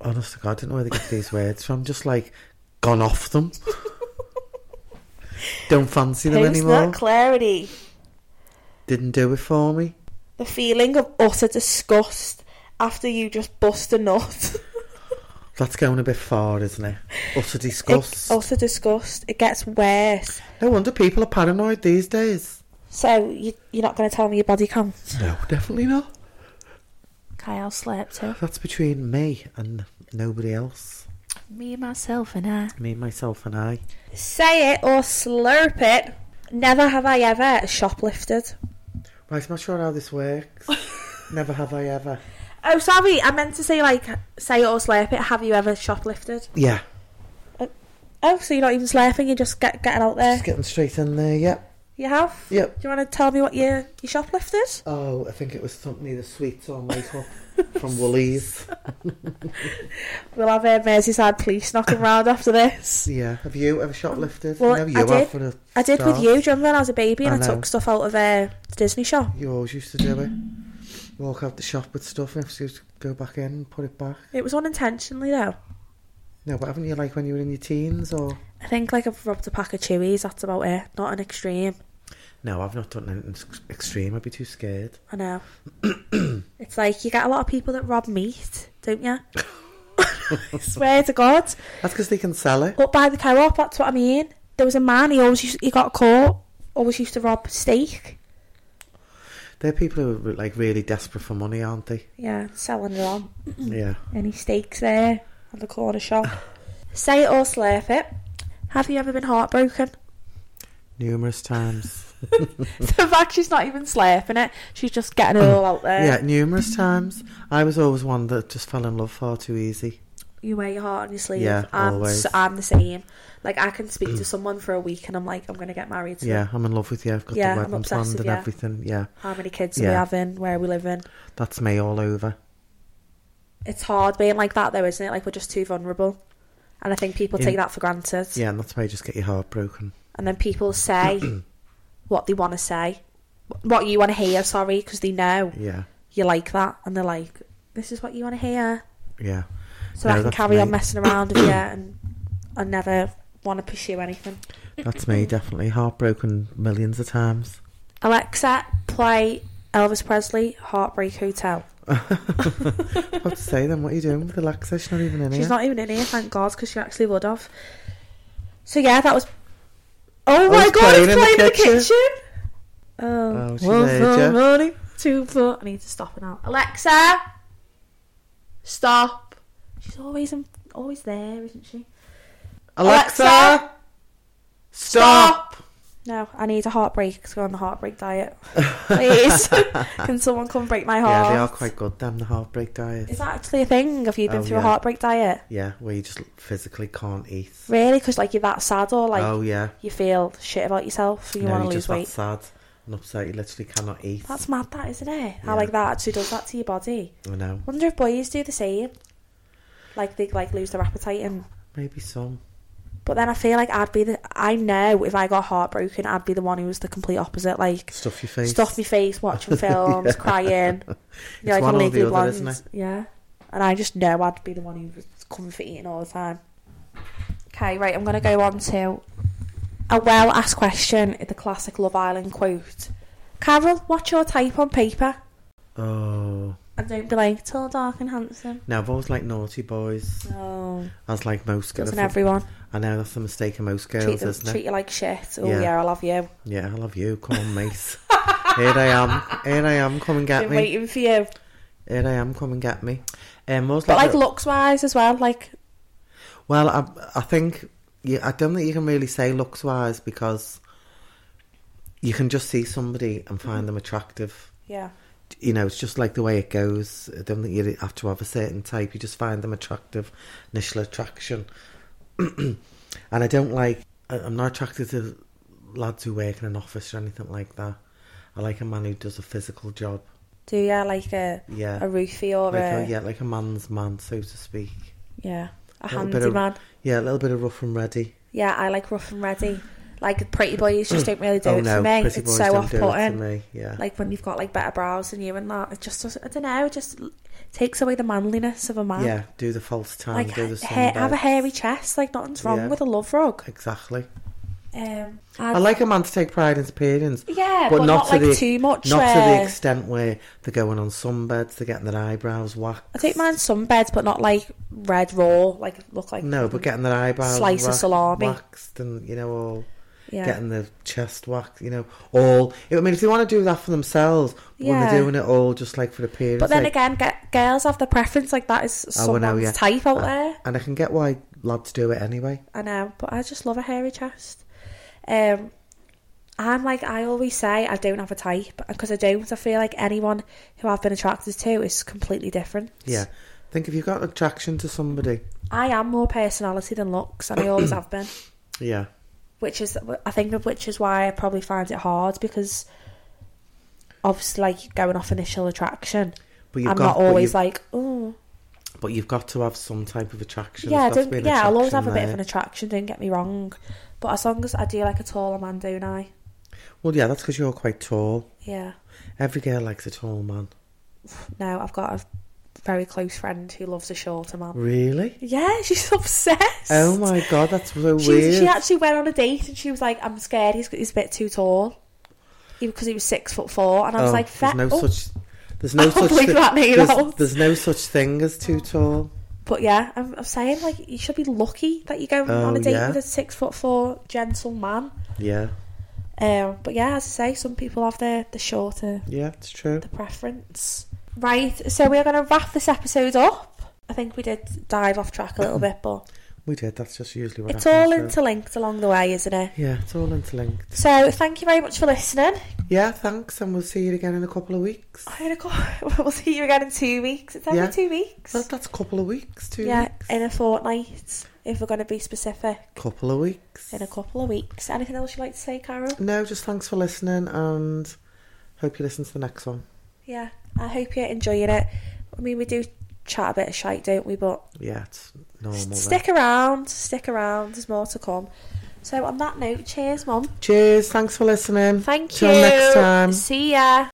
Speaker 2: Honest to God, I don't know where they get these words from. Just like gone
Speaker 1: (laughs)
Speaker 2: off them. don't fancy them
Speaker 1: Post
Speaker 2: anymore.
Speaker 1: not clarity.
Speaker 2: Didn't do it for me.
Speaker 1: The feeling of utter disgust after you just bust a nut. (laughs)
Speaker 2: That's going a bit far, isn't it? Utter disgust.
Speaker 1: It, utter disgust. It gets worse.
Speaker 2: No wonder people are paranoid these days.
Speaker 1: So you, you're not going to tell me your body count?
Speaker 2: No, definitely not.
Speaker 1: Kyle slept too.
Speaker 2: That's between me and nobody else.
Speaker 1: Me, myself, and I.
Speaker 2: Me, myself, and I.
Speaker 1: Say it or slurp it. Never have I ever shoplifted.
Speaker 2: Right, I'm not sure how
Speaker 1: (laughs)
Speaker 2: this works. Never have I ever.
Speaker 1: Oh, sorry, I meant to say like say it or slurp it. Have you ever shoplifted?
Speaker 2: Yeah,
Speaker 1: Oh, so you're not even slurping, you're just get, getting out there.
Speaker 2: just getting straight in there. Yep,
Speaker 1: You have?
Speaker 2: yep.
Speaker 1: Do you want to tell me what you you shoplifted?
Speaker 2: Oh, I think it was something either sweets or makeup
Speaker 1: (laughs)
Speaker 2: from Woolies.
Speaker 1: We'll have uh, Merseyside police knocking round after this.
Speaker 2: Yeah. Have you ever shoplifted?
Speaker 1: Well,
Speaker 2: no,
Speaker 1: I
Speaker 2: you
Speaker 1: did.
Speaker 2: have. For a
Speaker 1: I did
Speaker 2: start.
Speaker 1: with you, do you remember when I was a baby and
Speaker 2: I
Speaker 1: I,
Speaker 2: know.
Speaker 1: took stuff out of uh, the Disney shop?
Speaker 2: You always used to do it. Walk out the shop with stuff and have to go back in and put it back.
Speaker 1: It was unintentionally though.
Speaker 2: No, but haven't you like when you were in your teens or?
Speaker 1: I think like I've robbed a pack of chewies, that's about it. Not an extreme.
Speaker 2: No, I've not done anything ex- extreme. I'd be too scared.
Speaker 1: I
Speaker 2: (coughs)
Speaker 1: know. it's like you get a lot of people that rob meat, don't you? (laughs) I swear to God.
Speaker 2: That's because they can sell it.
Speaker 1: Up by the co-op, that's what I mean. There was a man, he always used, he got caught, always used to rob steak.
Speaker 2: They're people who are like really desperate for money, aren't they?
Speaker 1: Yeah, selling it on.
Speaker 2: Yeah.
Speaker 1: Any steaks there on the corner
Speaker 2: (coughs)
Speaker 1: shop. Say it or slurp it. Have you ever been heartbroken? (laughs)
Speaker 2: Numerous times.
Speaker 1: the fact she's not even slurping it, she's just getting it all out there.
Speaker 2: yeah, numerous times. I was always one that just fell in love far too easy.
Speaker 1: You wear your heart on your sleeve.
Speaker 2: Yeah,
Speaker 1: I'm,
Speaker 2: always.
Speaker 1: s I'm the same. Like, I can speak
Speaker 2: (clears throat)
Speaker 1: to someone for a week and I'm like, I'm going to get married to
Speaker 2: Yeah, I'm in love with you. I've got
Speaker 1: Yeah,
Speaker 2: the
Speaker 1: I'm
Speaker 2: wedding
Speaker 1: obsessed
Speaker 2: planned
Speaker 1: with
Speaker 2: and
Speaker 1: you.
Speaker 2: everything. Yeah,
Speaker 1: how many kids are we
Speaker 2: Yeah.
Speaker 1: having, where are we living.
Speaker 2: that's me all over.
Speaker 1: It's hard being like that, though, isn't it? Like, we're just too vulnerable. And I think people
Speaker 2: Yeah.
Speaker 1: take that for granted.
Speaker 2: Yeah, and that's why you just get your heart broken.
Speaker 1: And then people
Speaker 2: (clears throat)
Speaker 1: say what they want to say, what you want to hear, sorry, because they know
Speaker 2: Yeah,
Speaker 1: you like that. And they're like, this is what you want to hear.
Speaker 2: yeah.
Speaker 1: So
Speaker 2: No,
Speaker 1: I can
Speaker 2: that's
Speaker 1: carry on
Speaker 2: me.
Speaker 1: messing around with you and I never want to pursue anything.
Speaker 2: That's
Speaker 1: (laughs)
Speaker 2: me, definitely. Heartbroken millions of times. (laughs)
Speaker 1: Alexa, play Elvis Presley, Heartbreak Hotel.
Speaker 2: What to say then? What are you doing with Alexa? She's not even in
Speaker 1: She's
Speaker 2: here.
Speaker 1: not even in here, thank God, because she actually would have. So yeah, that was. Oh my
Speaker 2: was
Speaker 1: God,
Speaker 2: playing
Speaker 1: it's
Speaker 2: in the
Speaker 1: playing in the
Speaker 2: kitchen.
Speaker 1: kitchen. Oh,
Speaker 2: Oh, she
Speaker 1: one
Speaker 2: heard ya.
Speaker 1: for money, two for. I need to stop her now. Alexa, stop. She's always in, always there, isn't she?
Speaker 2: Alexa,
Speaker 1: Alexa,
Speaker 2: stop.
Speaker 1: No, I need a heartbreak to go on the heartbreak diet. (laughs)
Speaker 2: (laughs)
Speaker 1: Please, can someone come break my heart?
Speaker 2: Yeah, they are quite good. Them the heartbreak diet.
Speaker 1: Is that actually a thing? Have you been
Speaker 2: Oh,
Speaker 1: through a
Speaker 2: yeah.
Speaker 1: heartbreak diet?
Speaker 2: Yeah, where you just physically can't eat.
Speaker 1: Really? Because like you're that sad or like
Speaker 2: oh yeah.
Speaker 1: you feel shit about yourself and you
Speaker 2: no,
Speaker 1: want
Speaker 2: you're
Speaker 1: to
Speaker 2: just
Speaker 1: lose
Speaker 2: that
Speaker 1: weight.
Speaker 2: sad and upset. You literally cannot eat.
Speaker 1: That's mad, that isn't it? How
Speaker 2: Yeah.
Speaker 1: like that actually does that to your body.
Speaker 2: I know.
Speaker 1: Wonder if boys do the same. Like they like lose their appetite and.
Speaker 2: Maybe some.
Speaker 1: But then I feel like I'd be the. I know if I got heartbroken, I'd be the one who was the complete opposite. Like
Speaker 2: Stuff your face.
Speaker 1: stuff my face,
Speaker 2: (laughs)
Speaker 1: watching films, crying.
Speaker 2: It's one or the
Speaker 1: Legally
Speaker 2: other, isn't
Speaker 1: Blonde. Yeah. And I just know I'd be the one who was coming for eating all the time. Okay, right, I'm going to go on to a well asked question in the classic Love Island quote Carol, what's your type on paper?
Speaker 2: Oh,
Speaker 1: And don't be like tall, dark, and handsome.
Speaker 2: Now I've always liked naughty boys,
Speaker 1: No,
Speaker 2: as like most girls.
Speaker 1: doesn't everyone
Speaker 2: I know that's the mistake of most girls,
Speaker 1: treat them,
Speaker 2: isn't it?
Speaker 1: treat you like shit? Oh
Speaker 2: Yeah.
Speaker 1: yeah, I love you.
Speaker 2: Yeah, I love you. Come
Speaker 1: (laughs)
Speaker 2: on, mate. Here I am. Here I am. Come and get
Speaker 1: Been
Speaker 2: me.
Speaker 1: waiting for you.
Speaker 2: Here I am. Come and get me. Um, I was
Speaker 1: But
Speaker 2: like,
Speaker 1: like looks wise as well, like
Speaker 2: well, I, I think yeah, I don't think you can really say looks wise because you can just see somebody and find them attractive.
Speaker 1: yeah,
Speaker 2: You know, it's just like the way it goes. I don't think you have to have a certain type. You just find them attractive, initial attraction. (clears throat) and I don't like. I- I'm not attracted to lads who work in an office or anything like that. I like a man who does a physical job.
Speaker 1: do yeah, like a
Speaker 2: Yeah.
Speaker 1: a roofie or
Speaker 2: like
Speaker 1: a,
Speaker 2: a, yeah, like a man's man, so to speak.
Speaker 1: yeah, a
Speaker 2: Little bit of-
Speaker 1: handyman.
Speaker 2: Yeah, a little bit of rough and ready.
Speaker 1: Yeah, I like rough and ready. Like pretty boys just don't really do
Speaker 2: oh
Speaker 1: it
Speaker 2: no,
Speaker 1: for me.
Speaker 2: pretty
Speaker 1: It's
Speaker 2: boys
Speaker 1: so
Speaker 2: don't
Speaker 1: off
Speaker 2: do it to
Speaker 1: putting.
Speaker 2: me. Yeah,
Speaker 1: Like when you've got like better brows than you and that, it just doesn't. I don't know. It just l- takes away the manliness of a man.
Speaker 2: yeah, do the false tan,
Speaker 1: Like
Speaker 2: do the
Speaker 1: ha- have a
Speaker 2: sunbed.
Speaker 1: hairy chest. Like nothing's wrong
Speaker 2: Yeah.
Speaker 1: with a love rug.
Speaker 2: Exactly.
Speaker 1: Um,
Speaker 2: I like a man to take pride in his appearance,
Speaker 1: Yeah,
Speaker 2: but
Speaker 1: but,
Speaker 2: not
Speaker 1: not,
Speaker 2: to
Speaker 1: like
Speaker 2: the-
Speaker 1: too much.
Speaker 2: not to
Speaker 1: where-
Speaker 2: the extent where they're going on sunbeds, they're getting their eyebrows waxed.
Speaker 1: I don't mind some beds, but not like red raw. Like look like
Speaker 2: No, but getting their eyebrows
Speaker 1: Slice of
Speaker 2: wa-
Speaker 1: salami.
Speaker 2: waxed and you know all
Speaker 1: yeah.
Speaker 2: getting the chest waxed, you know all. I mean, if they want to do that for themselves, but when
Speaker 1: Yeah.
Speaker 2: they're doing it all just like for appearance,
Speaker 1: but then
Speaker 2: sake,
Speaker 1: again, get, girls have their preference. Like that is
Speaker 2: Oh, well,
Speaker 1: someone's
Speaker 2: no, yeah.
Speaker 1: type out
Speaker 2: Uh,
Speaker 1: there.
Speaker 2: and I can get why lads do it anyway.
Speaker 1: I know, um, but I just love a hairy chest. Um, I'm like I always say, I don't have a type because I don't. I feel like anyone who I've been attracted to is completely different.
Speaker 2: Yeah. I think if you've got attraction to somebody,
Speaker 1: I am more personality than looks, and I
Speaker 2: (clears throat)
Speaker 1: always have been.
Speaker 2: yeah,
Speaker 1: Which is, I think, which is why I probably find it hard because obviously, like going off initial attraction,
Speaker 2: but you've
Speaker 1: I'm
Speaker 2: got
Speaker 1: not always
Speaker 2: but
Speaker 1: like, oh,
Speaker 2: you've, but you've got to have some type of attraction.
Speaker 1: yeah, I
Speaker 2: There's got to
Speaker 1: don't,
Speaker 2: be an
Speaker 1: yeah. I'll always have
Speaker 2: attraction
Speaker 1: a bit of
Speaker 2: there.
Speaker 1: an attraction. Don't get me wrong, but as long as I do like a taller man, don't I?
Speaker 2: Well, yeah, that's because you're quite tall.
Speaker 1: Yeah.
Speaker 2: Every girl likes a tall man.
Speaker 1: No, I've got a very close friend who loves a shorter man.
Speaker 2: Really?
Speaker 1: Yeah, (laughs) she's obsessed.
Speaker 2: Mm. Oh my god, that's so
Speaker 1: she,
Speaker 2: weird.
Speaker 1: she actually went on a date and she was like, "I'm scared. He's he's a bit too tall." Because he was six foot four, and I was
Speaker 2: Oh,
Speaker 1: like,
Speaker 2: there's
Speaker 1: "Fe-
Speaker 2: no
Speaker 1: oh."
Speaker 2: such. There's no
Speaker 1: (laughs) I can't
Speaker 2: such.
Speaker 1: believe
Speaker 2: thi-
Speaker 1: that name
Speaker 2: there's,
Speaker 1: out.
Speaker 2: there's no such thing
Speaker 1: (laughs)
Speaker 2: as too tall.
Speaker 1: But yeah, I'm, I'm saying like you should be lucky that you're going
Speaker 2: Oh,
Speaker 1: on a date
Speaker 2: yeah.
Speaker 1: with a six foot four gentle man.
Speaker 2: Yeah,
Speaker 1: Um, but yeah, as I say, some people have their the shorter
Speaker 2: yeah, it's true.
Speaker 1: the preference. Right, so we are going to wrap this episode up. I think we did dive off track a
Speaker 2: (clears throat)
Speaker 1: little bit, but
Speaker 2: We did. That's just usually what
Speaker 1: it's all
Speaker 2: happens. so-
Speaker 1: interlinked along the way, isn't it?
Speaker 2: Yeah, it's all interlinked.
Speaker 1: So thank you very much for listening.
Speaker 2: Yeah, thanks, and we'll see you again in a couple of weeks.
Speaker 1: I had (laughs) a couple, we'll see you again in two weeks. It's every
Speaker 2: Yeah.
Speaker 1: two weeks.
Speaker 2: That, that's a couple of weeks, two
Speaker 1: yeah,
Speaker 2: weeks.
Speaker 1: in a fortnight, if we're going to be specific.
Speaker 2: couple of weeks.
Speaker 1: In a couple of weeks. Anything else you'd like to say, Carol?
Speaker 2: No, just thanks for listening and hope you listen to the next one.
Speaker 1: Yeah, I hope you're enjoying it. I mean, we do chat a bit of shite, don't we? But
Speaker 2: Yeah, it's normal. then.
Speaker 1: stick around, stick around. There's more to come. So on that note, cheers, Mum.
Speaker 2: Cheers. Thanks for listening.
Speaker 1: Thank
Speaker 2: Till
Speaker 1: you.
Speaker 2: next time.
Speaker 1: See ya.